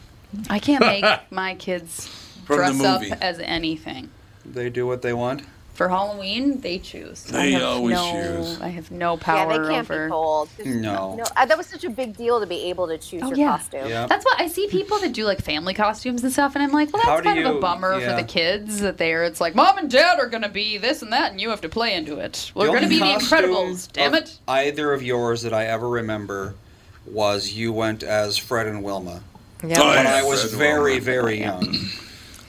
I can't
*laughs*
make my kids
From the
dress up
movie.
as anything.
they do what they want.
For Halloween, they choose. I
They
have
always
no-
choose.
I have no
Yeah,
power
they can't
over.
be told. There's
No.
no uh, that was such a big deal to be able to choose
Oh,
your
yeah.
costume.
Yeah.
That's why I see people that do like family costumes and stuff, and I'm like, well,
How
that's
do
kind of
you-
a bummer
yeah.
for the kids that they're. It's like mom and dad are gonna be this and that, and you have to play into it. We're
The
gonna
only
be the
costume
Incredibles, damn
of
it!
Either of yours that I ever remember was you went as Fred and Wilma.
Oh,
But
yeah,
I was
Fred
very,
Wilmer.
very young.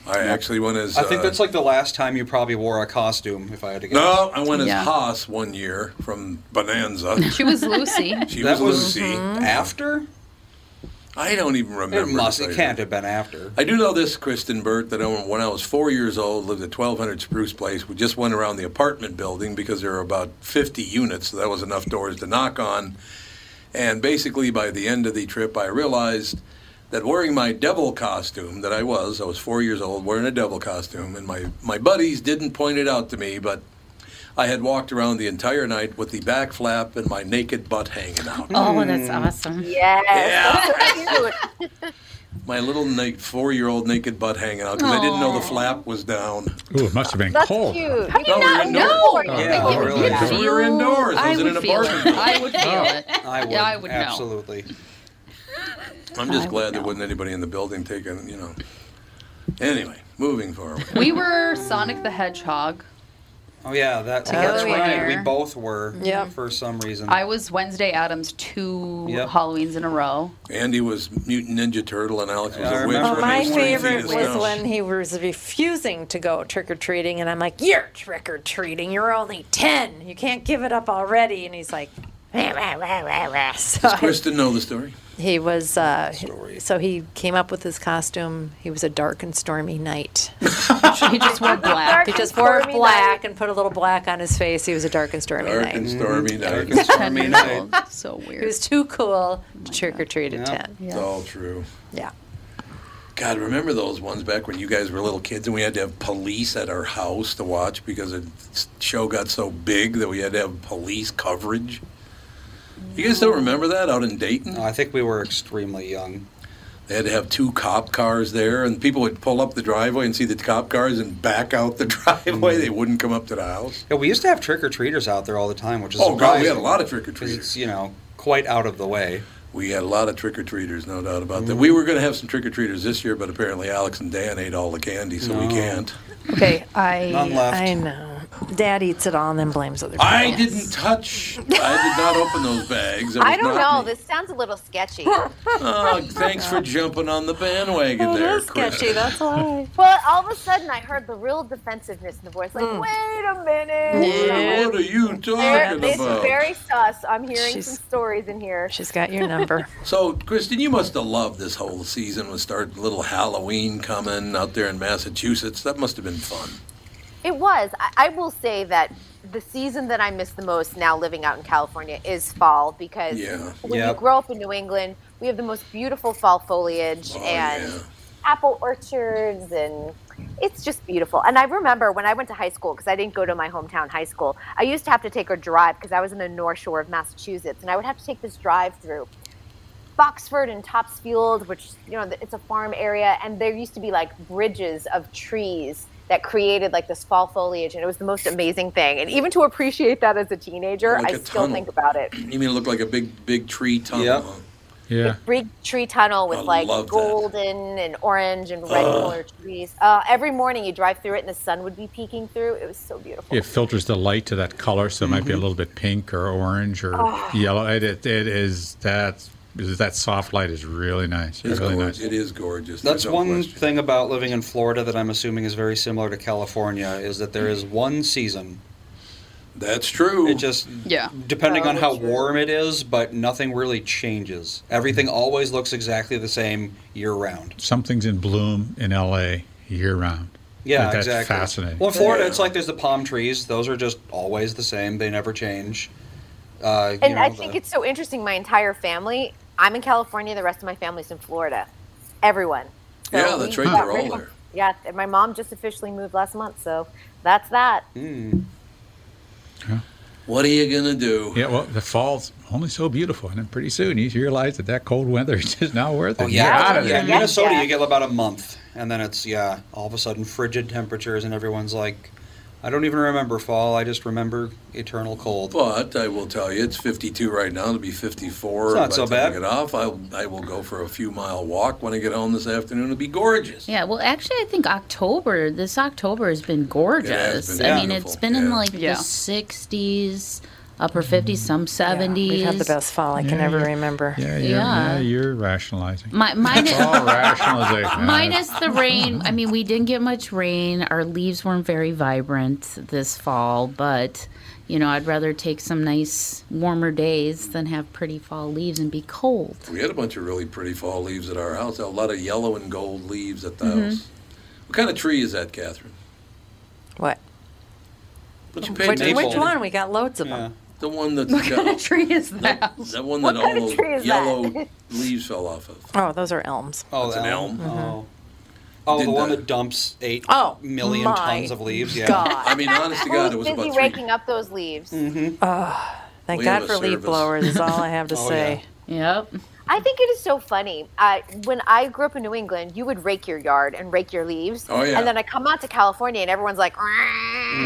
I actually went as.
I think
uh,
that's like the last time you probably wore a costume, if I had to guess.
No, I went as
Yeah.
Haas one year from Bonanza.
She was *laughs* Lucy.
She
That
was,
was-
Lucy.
Mm-hmm.
After?
I don't even remember.
It must.
to tell
It
you
can't
the
have been after.
I do know this, Kristen Burt, that I- when I was four years old, lived at 1200 Spruce Place. We just went around the apartment building because there were about 50 units, so that was enough doors to knock on. And basically, by the end of the trip, I realized that wearing my devil costume that I was, I was four years old, wearing a devil costume, and my, my buddies didn't point it out to me, but I had walked around the entire night with the back flap and my naked butt hanging out.
*laughs*
Oh, that's awesome.
Yes. That's so cute.
My little na- four year old naked butt hanging out because I didn't know the flap was down.
Ooh, it must have been
That's
cold.
cute.
No, we were indoors.
know?
Yeah,
Like,
really.
Yeah.
I
We were indoors. I
I
was in
would
an
feel it.
apartment.
I would feel it.
would.
*laughs* Yeah, I would know.
absolutely.
I'm just glad there wasn't anybody in the building taking, you know. Anyway, moving forward.
We were Sonic the Hedgehog.
Oh yeah, that,
Together
that's
we
right.
were.
We both were.
Yeah.
For some reason.
I was Wednesday Adams two
Yep.
Halloweens in a row.
Andy was Mutant Ninja Turtle and Alex was
I
a witch.
remember
when
Oh,
Sure,
they
my
was three feet
favorite
of
was
snow.
when he was refusing to go trick or treating, and I'm like, "You're trick or treating. You're only ten. You can't give it up already." And he's like, "Wah, wah, wah, wah, wah." *laughs* So I-
Kristen know the story.
he was. Uh, so he came up with his costume. He was a dark and stormy night.
He just wore black.
He
Dark
*laughs* just
and
wore
stormy
black and put a little black on his face. He was a dark and stormy
Dark
night.
and stormy night.
Mm-hmm. Dark
*laughs*
and
Ten
stormy
years
night.
old. So weird.
he was too cool to trick or treat at
Yeah.
ten.
It's all true.
Yeah.
God, remember those ones back when you guys were little kids and we had to have police at our house to watch because the show got so big that we had to have police coverage? You guys don't remember that out in Dayton?
No, I think we were extremely young.
They had to have two cop cars there, and people would pull up the driveway and see the cop cars and back out the *laughs* driveway. They wouldn't come up to the house.
Yeah, we used to have trick or treaters out there all the time, which is
Oh, God, we had a
surprising,
lot of trick or
'cause It's
treaters.
you know quite out of the way.
We had a lot of trick or treaters, no doubt about that. We were going to have some trick or treaters this year, but apparently Alex and Dan ate all the candy, so we can't.
Okay, I
None left.
I know. Dad eats it all and then blames other people.
I didn't touch. I did not open those bags. It was
I don't know.
not me.
This sounds a little sketchy.
*laughs*
Oh, thanks for jumping on the bandwagon
It
there.
is
Chris.
sketchy, that's why. But all of a sudden, I heard the real defensiveness in the voice, like, "Wait a minute." I'm
What
like,
are you
"There-
talking
this
about?
is very sus. I'm hearing
She's-
some stories in here.
*laughs* She's got your *laughs* number.
So, Kristen, you must have loved this whole season with start little Halloween coming out there in Massachusetts. That must have been fun.
It was. I, I will say that the season that I miss the most now living out in California is fall because
Yeah.
when
Yep.
you grow up in New England, we have the most beautiful fall foliage and
Oh, yeah.
apple orchards and it's just beautiful. And I remember when I went to high school because I didn't go to my hometown high school. I used to have to take a drive because I was in the North Shore of Massachusetts and I would have to take this drive through Boxford and Topsfield, which you know it's a farm area, and there used to be like bridges of trees that created like this fall foliage, and it was the most amazing thing. And even to appreciate that as a teenager,
Like
I
a
still
tunnel.
think about it.
You mean it looked like a big, big tree tunnel?
Yep.
huh?
Yeah.
Big tree tunnel with
I
like
love that.
golden and orange and red colored trees. Uh, every morning you drive through it, and the sun would be peeking through. It was so beautiful.
It filters the light to that color, so it might be a little bit pink or orange or
Ah.
yellow. It, it, it is that that soft light is really nice.
It's
It's really
gorgeous.
nice.
It is gorgeous.
That's
There's no
one
question.
thing about living in Florida that I'm assuming is very similar to California is that there is one season.
That's true.
It just
Yeah.
depending
Oh,
on how
true.
warm it is, but nothing really changes. Everything always looks exactly the same year round.
Something's in bloom in L.A. year round.
Yeah,
Like, that's
exactly.
fascinating.
Well, in Florida,
Yeah.
it's like there's the palm trees; those are just always the same; they never change. Uh, you
and I
know,
think
the-
it's so interesting. My entire family, I'm in California, the rest of my family's in Florida. Everyone. So
Yeah, that's
we
right,
got
they're all
rid of-
there.
Yeah, and my mom just officially moved last month, so that's that.
what are you gonna do?
Yeah, well, the fall's only so beautiful, and then pretty soon you realize that that cold weather *laughs* is just not worth it.
Oh yeah,
Get out of
yeah.
there.
in
Yeah,
Minnesota,
yeah.
you get about a month, and then it's yeah, all of a sudden frigid temperatures, and everyone's like, I don't even remember fall. I just remember eternal cold.
But I will tell you, it's 52 right now. It'll be 54.
It's not
by
so
the time I
bad.
Get off. I I will go for a few mile walk when I get home this afternoon. It'll be gorgeous.
Yeah, well, actually, I think October, this October has been gorgeous.
been
I mean,
beautiful,
it's been in
yeah.
like
Yeah.
the 60s, upper 50s, some
Yeah,
70s.
We've had the best fall I can ever remember.
Yeah, you're,
Yeah.
yeah, you're rationalizing.
*laughs*
My, minus,
All rationalization.
minus the rain. I mean, we didn't get much rain. Our leaves weren't very vibrant this fall, but, you know, I'd rather take some nice, warmer days than have pretty fall leaves and be cold.
We had a bunch of really pretty fall leaves at our house. A lot of yellow and gold leaves at the house. What kind of tree is that, Catherine?
What?
What you pay
Which,
attention
which
to?
one? We got loads of them.
The one that's
What kind
got-
of tree is that?
that one that all
kind of tree
those
is
yellow leaves fell off of.
Oh, those are elms.
Oh,
That's
the
an elm.
Oh, oh
Did
the one
the-
that dumps eight
Oh,
million
my
tons of leaves. Yeah.
God.
*laughs* I mean, honest to God, it
Who's
was
busy
about
raking
three. Mm-hmm.
up those leaves?
Thank
We have
God
a
for leaf
service.
blowers, is all I have to
Oh,
say.
Yep.
I think it is so funny. Uh, when I grew up in New England, you would rake your yard and rake your leaves.
Oh, yeah. Mm-hmm.
And then I come out to California and everyone's like, *laughs*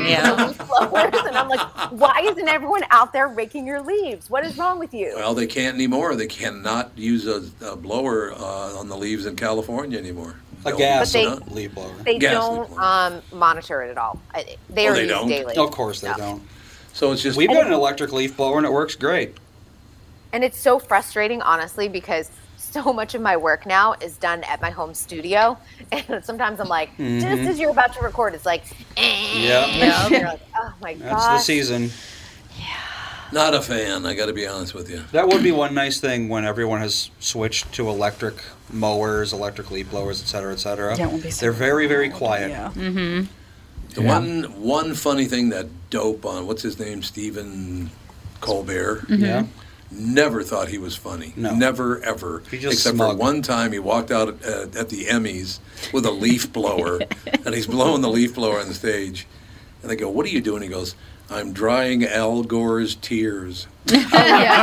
Yeah.
leaf blowers. And I'm like, why isn't everyone out there raking your leaves? What is wrong with you?
Well, they can't anymore. They cannot use a, a blower uh, on the leaves in California anymore.
A
They'll-
gas
they-
Huh?
leaf blower.
they
Gas
don't
leak.
um, monitor it at all. I- They
Oh,
are
they
used
don't?
daily.
Of course they
No.
don't.
So it's just
We've got an electric leaf blower and it works great.
And it's so frustrating, honestly, because so much of my work now is done at my home studio. *laughs* And sometimes I'm like, just
Mm-hmm.
as you're about to record, it's like, eh,
*laughs* Yeah.
and you're like, oh my god.
That's the season.
not a fan. I got to be honest with you.
That would be one nice thing when everyone has switched to electric mowers, electric leaf blowers, et cetera, et cetera.
Yeah, it won't be so
They're very, very quiet.
Mm.
The one one funny thing that dope on what's his name Stephen Colbert.
Yeah.
Never thought he was funny.
No.
Never ever.
He just
Except for
smug.
one time, he walked out at, at, at the Emmys with a leaf
*laughs*
blower, and he's blowing the leaf blower on the stage. And they go, "What are you doing?" He goes, "I'm drying Al
*laughs*
Gore's tears."
Oh, *laughs* yeah,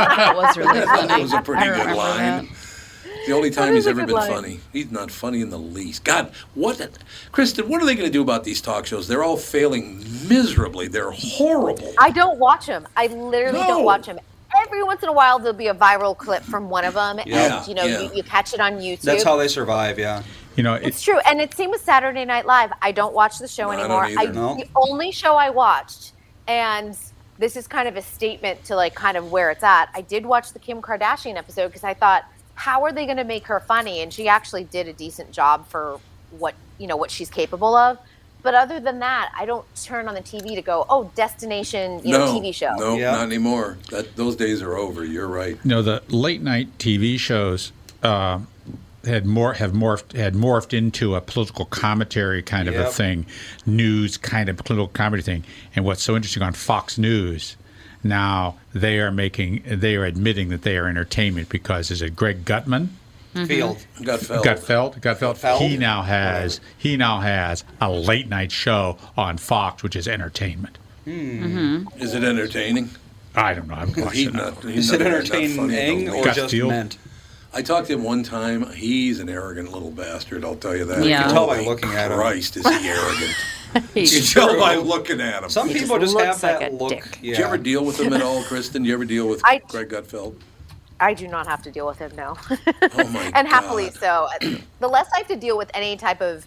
that
*laughs*
was really
I thought that
funny.
was a pretty good
remember
line. The only time he's
is a
ever
good
been
line.
funny. He's not funny in the least. God, what, Kristen? What are they going to do about these talk shows? They're all failing miserably. They're horrible.
I don't watch them. I literally
No.
don't watch them. Every once in a while, there'll be a viral clip from one of them,
Yeah,
and you know,
yeah.
you, you catch it on YouTube.
That's how they survive, yeah.
You know,
It's true, and it's same with Saturday Night Live. I don't watch the show
No, I don't
anymore.
either. No.
the only show I watched, and this is kind of a statement to like kind of where it's at. I did watch the Kim Kardashian episode because I thought, how are they going to make her funny? And she actually did a decent job for what you know what she's capable of. But other than that, I don't turn on the TV to go, oh, destination, you know,
no,
TV show.
No, not anymore. That those days are over. You're right.
you know the late night TV shows uh, had more have morphed had morphed into a political commentary kind of a
Yep.
thing, news kind of political comedy thing. And what's so interesting on Fox News now they are making they are admitting that they are entertainment because is it Greg Gutman?
Mhm. Field. Gutfeld.
Gutfeld. Gutfeld.
Gutfeld.
He now has he now has a late night show on Fox, which is entertainment.
Hmm. Is it entertaining?
I don't know. I'm
He's
watching
not,
it.
he's not- not funny, though.
Gus Steele?
I talked to him one time. He's an arrogant little bastard. I'll tell you that.
You can Yeah. tell by
Holy
looking at him.
Christ, is he
*laughs*
arrogant? you
He's
can tell
true.
by looking at him.
Some He people just just have looks like that a look, dick.
Do you
yeah.
ever deal with him at all, Kristen? Do you ever deal with
I- *laughs*
Greg Gutfeld?
I do not have to deal with him, *laughs* no.
Oh my
and happily so. Uh, the less I have to deal with any type of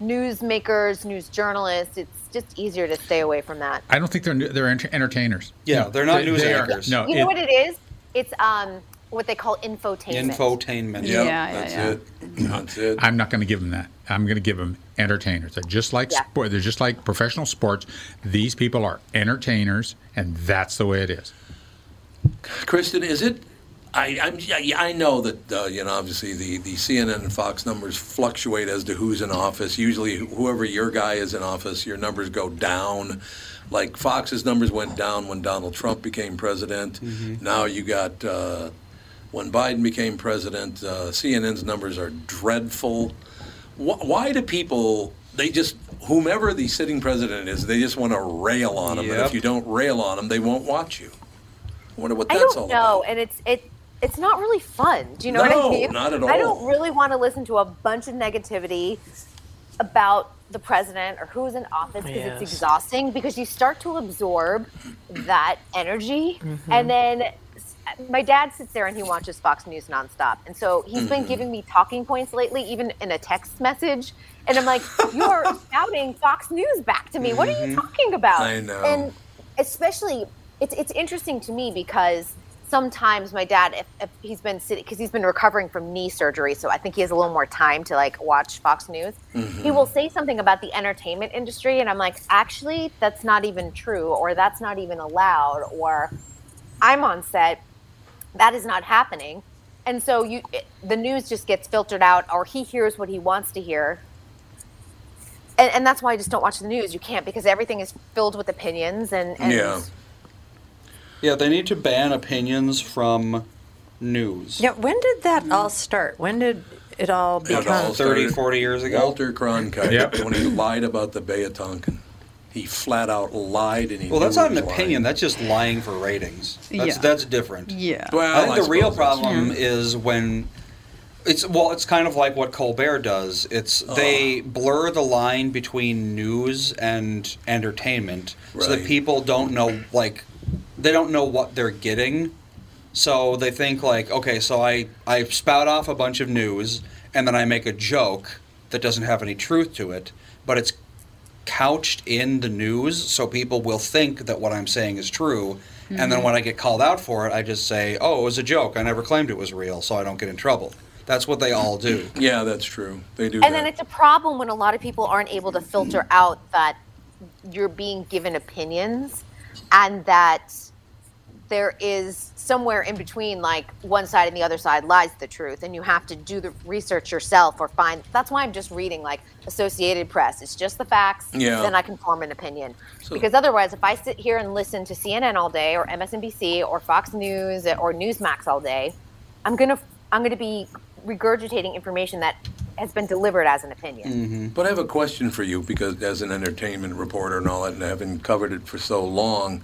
newsmakers, news journalists, it's just easier to stay away from that.
I don't think they're they're enter- entertainers.
Yeah, they're not news
are-
anchors.
no,
you
Uh, it-
know what it is? It's um what they call infotainment.
Infotainment.
Yeah, Yeah, that's yeah, yeah.
That's it.
I'm not going to give them that. I'm going to give them entertainers. They're just like
Yeah.
sport. They're just like professional sports. These people are entertainers, and that's the way it is.
Kristen, is it? I, I'm, I- I know that uh, you know. Obviously, the, the CNN and Fox numbers fluctuate as to who's in office. Usually, whoever your guy is in office, your numbers go down. Like Fox's numbers went down when Donald Trump became president. Now you got uh, when Biden became president. Uh, CNN's numbers are dreadful. Wh- why do people? They just whomever the sitting president is, they just want to rail on him. And if
Yep.
you don't rail on them, they won't watch you. I wonder what
I
that's all
don't
about.
know, and it's it it's not really fun. Do you know what
No,
I mean?
not
*laughs*
at
I
all.
don't really want to listen to a bunch of negativity about the president or who's in office because
Yes.
it's exhausting because you start to absorb that energy and then s- my dad sits there and he watches Fox News nonstop. And so he's been
Mm-hmm.
Mhm.
giving me talking points lately, even in a text message. And I'm like,
*laughs*
you're shouting Fox News back to me. What are
Mm-hmm.
you
Mhm.
talking about?
I know.
And especially it's it's interesting to me because sometimes my dad if, if he's been sitting because he's been recovering from knee surgery so i think he has a little more time to like watch fox news he will say something about the entertainment industry and i'm like actually that's not even true or that's not even allowed or i'm on set that is not happening and so you it, the news just gets filtered out or he hears what he wants to hear and, and that's why i just don't watch the news you can't because everything is filled with opinions and, and
Yeah. Yeah, they need to ban opinions from news.
Yeah, when did that all start? When did it all become?
30, 40 years ago.
Walter Cronkite,
Yep.
when he lied about the Bay of Tonkin. He flat out lied and he
Well, that's
knew
not
he
an
was
opinion. That's just lying for ratings. That's
Yeah.
that's different.
Yeah. Well,
Well, I think
I
the real
suppose that's
problem
true.
is when it's well, it's kind of like what Colbert does. It's they
Oh.
blur the line between news and entertainment, so that
Right.
people don't know like they don't know what they're getting. So they think like, okay, so I I spout off a bunch of news and then I make a joke that doesn't have any truth to it, but it's couched in the news so people will think that what I'm saying is true. And
Mm-hmm.
then
Mhm.
when I get called out for it, I just say, "Oh, it was a joke. I never claimed it was real, so I don't get in trouble." That's what they all do.
Yeah, that's true. They do.
and then it's a problem when a lot of people aren't able to filter out that you're being given opinions and that there is somewhere in between like one side and the other side lies the truth and you have to do the research yourself or find that's why i'm just reading like associated press it's just the facts
Yeah.
then i can form an opinion
So-
because otherwise if i sit here and listen to cnn all day or msnbc or fox news or newsmax all day i'm gonna i'm gonna be regurgitating information that has been delivered as an opinion
But I have a question for you because, as an entertainment reporter and all that, and having covered it for so long,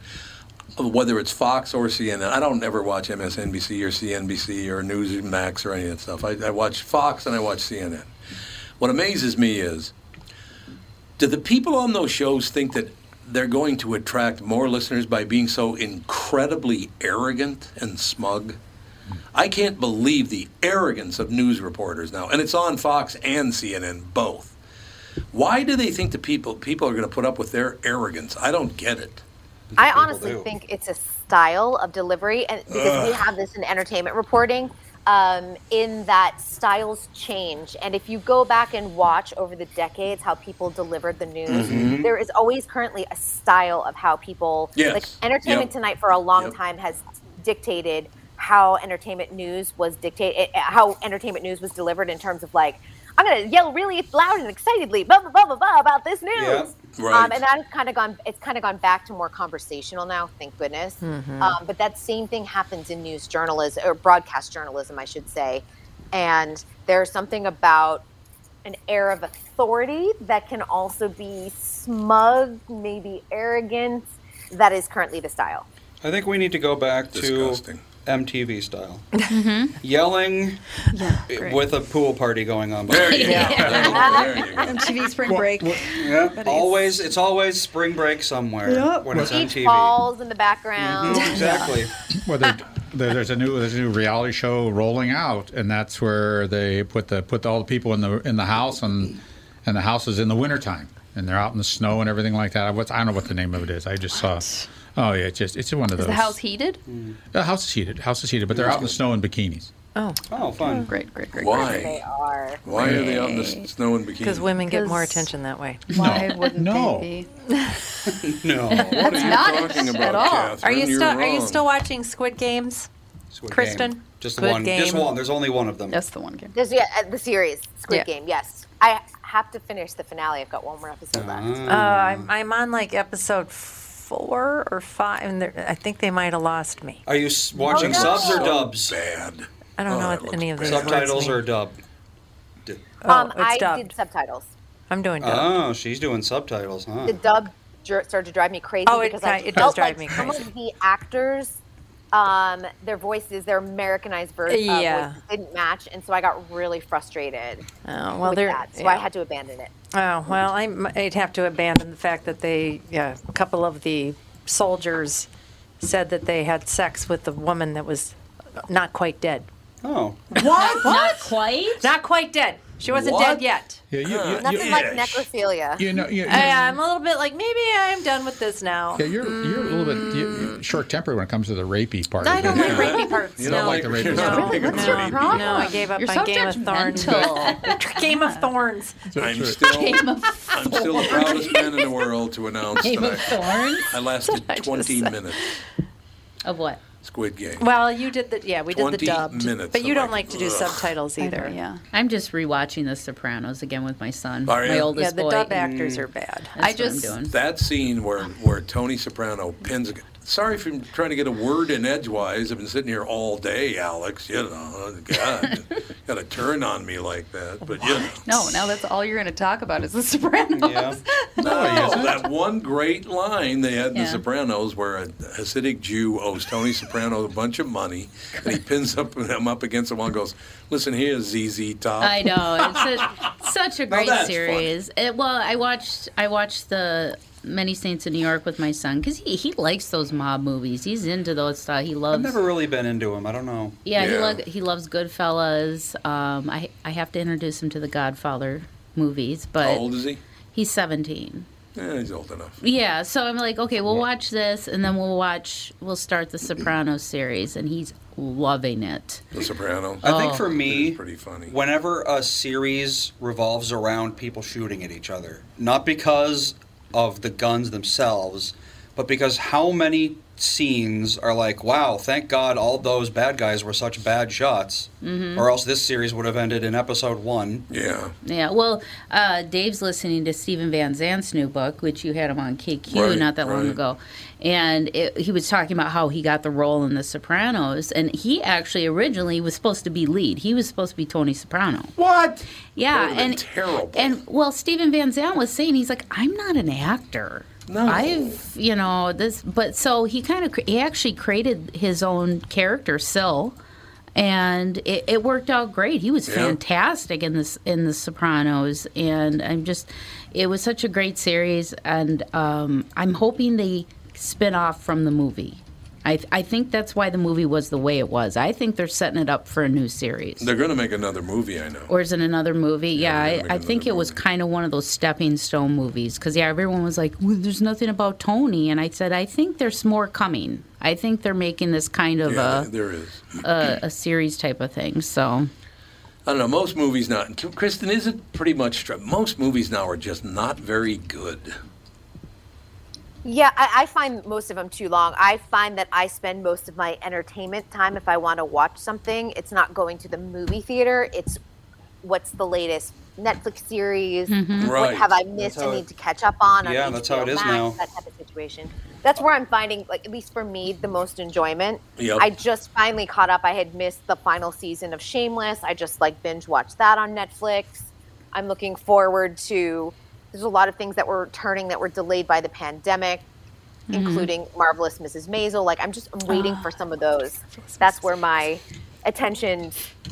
whether it's Fox or CNN, I don't ever watch MSNBC or CNBC or Newsmax or any of that stuff. I, I watch Fox and I watch CNN. What amazes me is do the people on those shows think that they're going to attract more listeners by being so incredibly arrogant and smug? I can't believe the arrogance of news reporters now, and it's on Fox and CNN both. Why do they think the people people are going to put up with their arrogance? I don't get it.
I honestly
do.
think it's a style of delivery, and because we
Ugh.
have this in entertainment reporting, um, in that styles change. And if you go back and watch over the decades how people delivered the news,
Mhm.
there is always currently a style of how people,
Yes.
like Entertainment
Yep.
Tonight, for a long
Yep.
time has dictated how entertainment news was dictated, how entertainment news was delivered in terms of like. I'm gonna yell really loud and excitedly, blah blah blah blah blah, about this news.
Right.
Um, and that has kind of gone. It's kind of gone back to more conversational now. Thank goodness.
Mm-hmm.
Mhm.
Um, but that same thing happens in news journalism or broadcast journalism, I should say. And there's something about an air of authority that can also be smug, maybe arrogant. That is currently the style.
I think we need to go back to MTV style.
Mm-hmm.
Yelling with a pool party going on. There you
MTV Spring Break.
Yep. Always, it's always spring break somewhere
Yep.
when it's on
Beach
TV.
balls in the background.
*laughs*
Mhm, Exactly.
Well, there, there- there's a new there's a new reality show rolling out, and that's where they put the put all the people in the in the house, and and the house is in the wintertime, and they're out in the snow and everything like that. I, what's, I don't know what the name of it is. I just saw. Oh yeah, it's just it's one of those.
Is the house heated?
The house is heated. House is heated, but they're out in the snow in bikinis.
Oh.
Oh, fun.
Great, great, great.
Why?
They are.
Why are they out in the s- snow and bikinis?
Because women get more
'Cause-
attention that way.
Why wouldn't
No.
they be?
*laughs*
No, what are
That's
you
not it
talking about,
at all.
Catherine?
Are you
You're
still Are you
wrong.
still watching Squid Games?
Squid
Kristen,
Game. Just
Good
one. Just
game.
one. There's only one of them.
That's the one game.
There's yeah, uh, the series Squid
Yeah.
Game. Yes, I have to finish the finale. I've got one more episode
Uh-huh.
left.
Uh, I'm I'm on like episode four or five, and they're- I think they might have lost me.
Are you s- watching
no.
subs or
So
dubs?
Bad.
I don't
Oh,
know what any of those words
Subtitles
mean.
or dub?
Oh,
um,
it's
I
dubbed.
did subtitles.
I'm doing dub.
Uh-huh.
Oh, she's doing subtitles, huh?
the dub dr- started to drive me crazy
Oh, it
because I
ki- it
felt
does drive
like
me
some of the actors, um, their voices, their Americanized ver- uh,
Yeah.
voices didn't match, and so I got really frustrated.
Oh, well,
with
they're-
that, so I
yeah.
had to abandon it.
Oh well, I m- I'd have to abandon the fact that they, yeah, a couple of the soldiers said that they had sex with the woman that was not quite dead.
Oh,
What?
Not quite.
Not quite dead. She wasn't
What?
dead yet.
Yeah, you, you,
Nothing
you-
like
yeah,
necrophilia.
you know, you- you-
I, I'm a little bit like maybe I'm done with this now.
yeah, you're you're a little bit you- you're short-tempered when it comes to the rapey part.
I
of
don't
it.
like
*laughs*
rapey parts.
You
no.
don't like the rapey part.
No, no, no, I gave up
You're
on
so
Game of Thorns. *laughs* Game of Thorns.
I'm still, I'm still the proudest man in the world to announce
Game
that
of
I, I
*laughs*
lasted 20 minutes.
Of what?
Squid Game.
Well, you did the yeah, we did the
20
dubbed,
minutes.
but you
I'm
don't
like,
like to do
ugh.
subtitles
I
either.
don't- yeah. I'm just rewatching The Sopranos again with my son.
Are
My
ya?
oldest
Yeah, the
boy.
mm.
dub actors are bad.
That's I what I'm just- doing.
That scene where where Tony Soprano pins. a g- Sorry for trying to get a word in edgewise. I've been sitting here all day, Alex. You know, God, *laughs* got to turn on me like that. But you know,
No, now that's all you're going to talk about is The Sopranos.
no, that one great line they had in The
Yeah.
Sopranos, where a Hasidic Jew owes Tony Soprano a bunch of money, and he pins up him up against the wall and goes, "Listen here, ZZ Top."
I know. It's a, such
*laughs*
a
Now
great
that's
series. It, well, I watched I watched the Many Saints in New York with my son because he, he likes those mob movies. He's into those style. He
I've
loves.
never really been into him. I don't know.
yeah, he lo- he loves Goodfellas. Um, I I have to introduce him to the Godfather movies, but
How old is he?
he's seventeen.
Yeah, he's old enough.
Yeah, so I'm like, okay, we'll watch this, and then we'll watch, we'll start the Sopranos series, and he's loving it.
The Sopranos.
I think for me,
pretty funny.
whenever a series revolves around people shooting at each other, not because of the guns themselves, but because how many scenes are like, wow, thank God all those bad guys were such bad shots,
Mhm.
or else this series would have ended in episode one.
Yeah.
Yeah, well, uh, Dave's listening to Stephen Van Zandt's new book, which you had him on KQ
Right,
not that long
right.
ago, and it, he was talking about how he got the role in The Sopranos, and he actually originally was supposed to be lead. He was supposed to be Tony Soprano.
What?
Yeah,
That would've been
and
terrible.
And well, Stephen Van Zandt was saying he's like, I'm not an actor.
No.
I've you know this, but so he kind of he actually created his own character, Syl, and it, it worked out great. He was
Yeah.
fantastic in this in the Sopranos, and I'm just it was such a great series, and um, I'm hoping they spin off from the movie. I, th- I think that's why the movie was the way it was. I think they're setting it up for a new series.
They're going to make another movie, I know.
Or is it another movie? Yeah,
they're gonna
I, I
make
think it was kind of one of those stepping stone movies. Because, yeah, everyone was like, well, there's nothing about Tony. And I said, I think there's more coming. I think they're making this kind of
yeah,
uh,
a,
there is.
a, a series type of thing. So,
I don't know. Most movies now, Kristen, is it pretty much stri- most movies now are just not very good.
Yeah, I, I find most of them too long. I find that I spend most of my entertainment time if I want to watch something. It's not going to the movie theater. It's what's the latest Netflix series?
Mm-hmm.
Mhm.
What
Right.
have I
That's
missed
how
and
it-
need to catch up on? on
Yeah, that's how
HBO
it is
Max,
now.
That type of situation. That's where I'm finding, like at least for me, the most enjoyment.
Yep.
I just finally caught up. I had missed the final season of Shameless. I just like binge watched that on Netflix. I'm looking forward to. There's a lot of things that were returning that were delayed by the pandemic,
Mhm.
including Marvelous Mrs. Maisel. Like I'm just I'm waiting
Ah.
for some of those. That's where my attention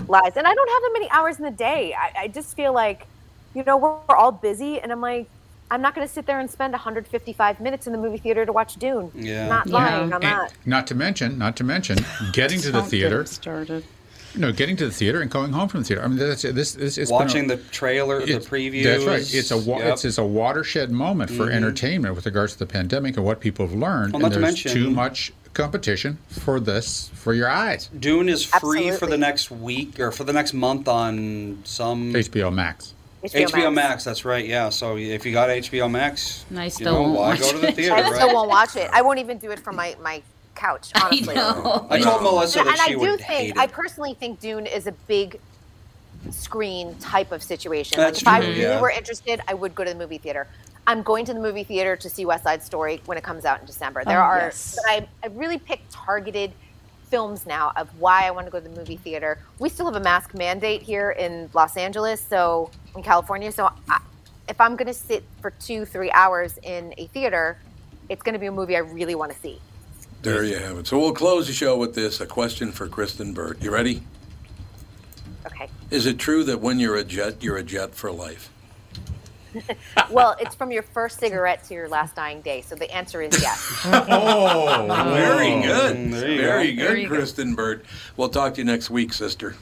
lies, and I don't have that many hours in the day. I, I just feel like, you know, we're, we're all busy, and I'm like. I'm not going to sit there and spend 155 minutes in the movie theater to watch Dune.
Yeah.
Not lying on
And
that.
Not to mention, not to mention, getting to the theater.
started.
No, getting to the theater and going home from the theater. I mean, that's this. this it's been a-
Watching the trailer, the previews.
That's right. It's a wa-
Yep.
it's, it's a watershed moment for
Mhm.
entertainment with regards to the pandemic and what people have learned.
Well, not
and
to
there's
mention-
too much competition for this for your eyes.
Dune is free for the next week or for the next month on some
HBO Max.
HBO, Max. That's right. Yeah. So if you got HBO Max,
And I
you
still
know,
won't
why
watch
go to the
it.
theater.
I still
right?
won't watch it. I won't even do it from my, my couch, honestly.
I told Melissa
and,
that
and
she
I do
would
think,
hate it.
I personally think Dune is a big screen type of situation.
That's
like if I
true,
really
yeah.
were interested, I would go to the movie theater. I'm going to the movie theater to see West Side Story when it comes out in December. There
Oh,
are,
yes.
but I, I really pick targeted films now of why I want to go to the movie theater. We still have a mask mandate here in Los Angeles, so in California. So I, if I'm going to sit for two, three hours in a theater, it's going to be a movie I really want to see.
There you have it. So we'll close the show with this: a question for Kristen Burt. You ready?
Okay.
Is it true that when you're a jet, you're a jet for life?
well, it's from your first cigarette to your last dying day. So the answer is yes.
Oh, very good,
Mm, there you
very
go.
good,
There you go.
Kristen Burt. We'll talk to you next week, sister.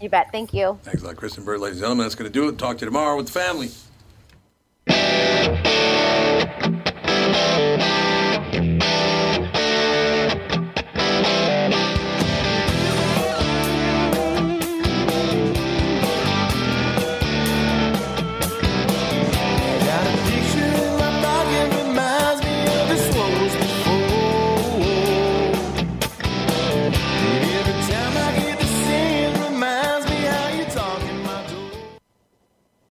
you bet. Thank you.
Thanks a lot, Kristen Burt, ladies and gentlemen. That's going to do it. Talk to you tomorrow with the family.